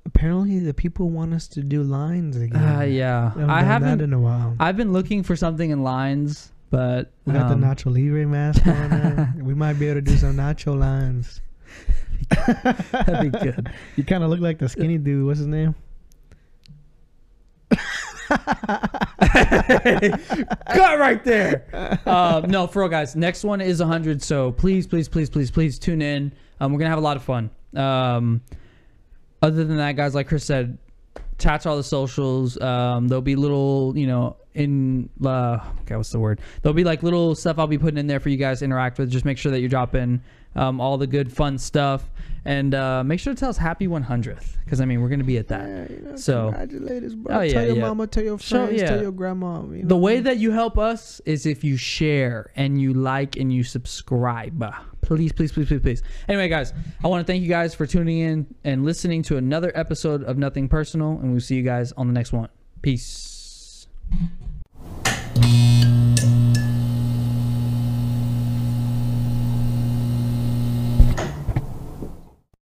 Speaker 1: apparently, the people want us to do lines again.
Speaker 2: uh, yeah,
Speaker 1: Ah, I haven't
Speaker 2: I
Speaker 1: done
Speaker 2: haven't.
Speaker 1: that in a while.
Speaker 2: I've been looking for something in lines, but
Speaker 1: We got
Speaker 2: um,
Speaker 1: the Nacho Libre mask on. now. we might be able to do some Nacho lines.
Speaker 2: that'd be good.
Speaker 1: You kind of look like the skinny dude. What's his name?
Speaker 2: Cut right there. Um, no, for real, guys. Next one is 100, so please, please, please, please, please tune in. Um, we're gonna have a lot of fun. Um, other than that, guys, like Chris said, attach all the socials. Um, there'll be little, you know, in uh, okay, what's the word? There'll be like little stuff I'll be putting in there for you guys to interact with. Just make sure that you drop in um, all the good fun stuff, and uh, make sure to tell us happy 100th, because I mean we're gonna be at that.
Speaker 1: Yeah, you know,
Speaker 2: So-
Speaker 1: congratulations, bro.
Speaker 2: Oh, yeah,
Speaker 1: tell your
Speaker 2: yeah.
Speaker 1: mama, tell your
Speaker 2: So,
Speaker 1: friends,
Speaker 2: yeah.
Speaker 1: tell your grandma. You
Speaker 2: The
Speaker 1: know?
Speaker 2: way that you help us is if you share and you like and you subscribe. Please, please, please, please, please. Anyway, guys, I want to thank you guys for tuning in and listening to another episode of Nothing Personal, and we'll see you guys on the next one. Peace.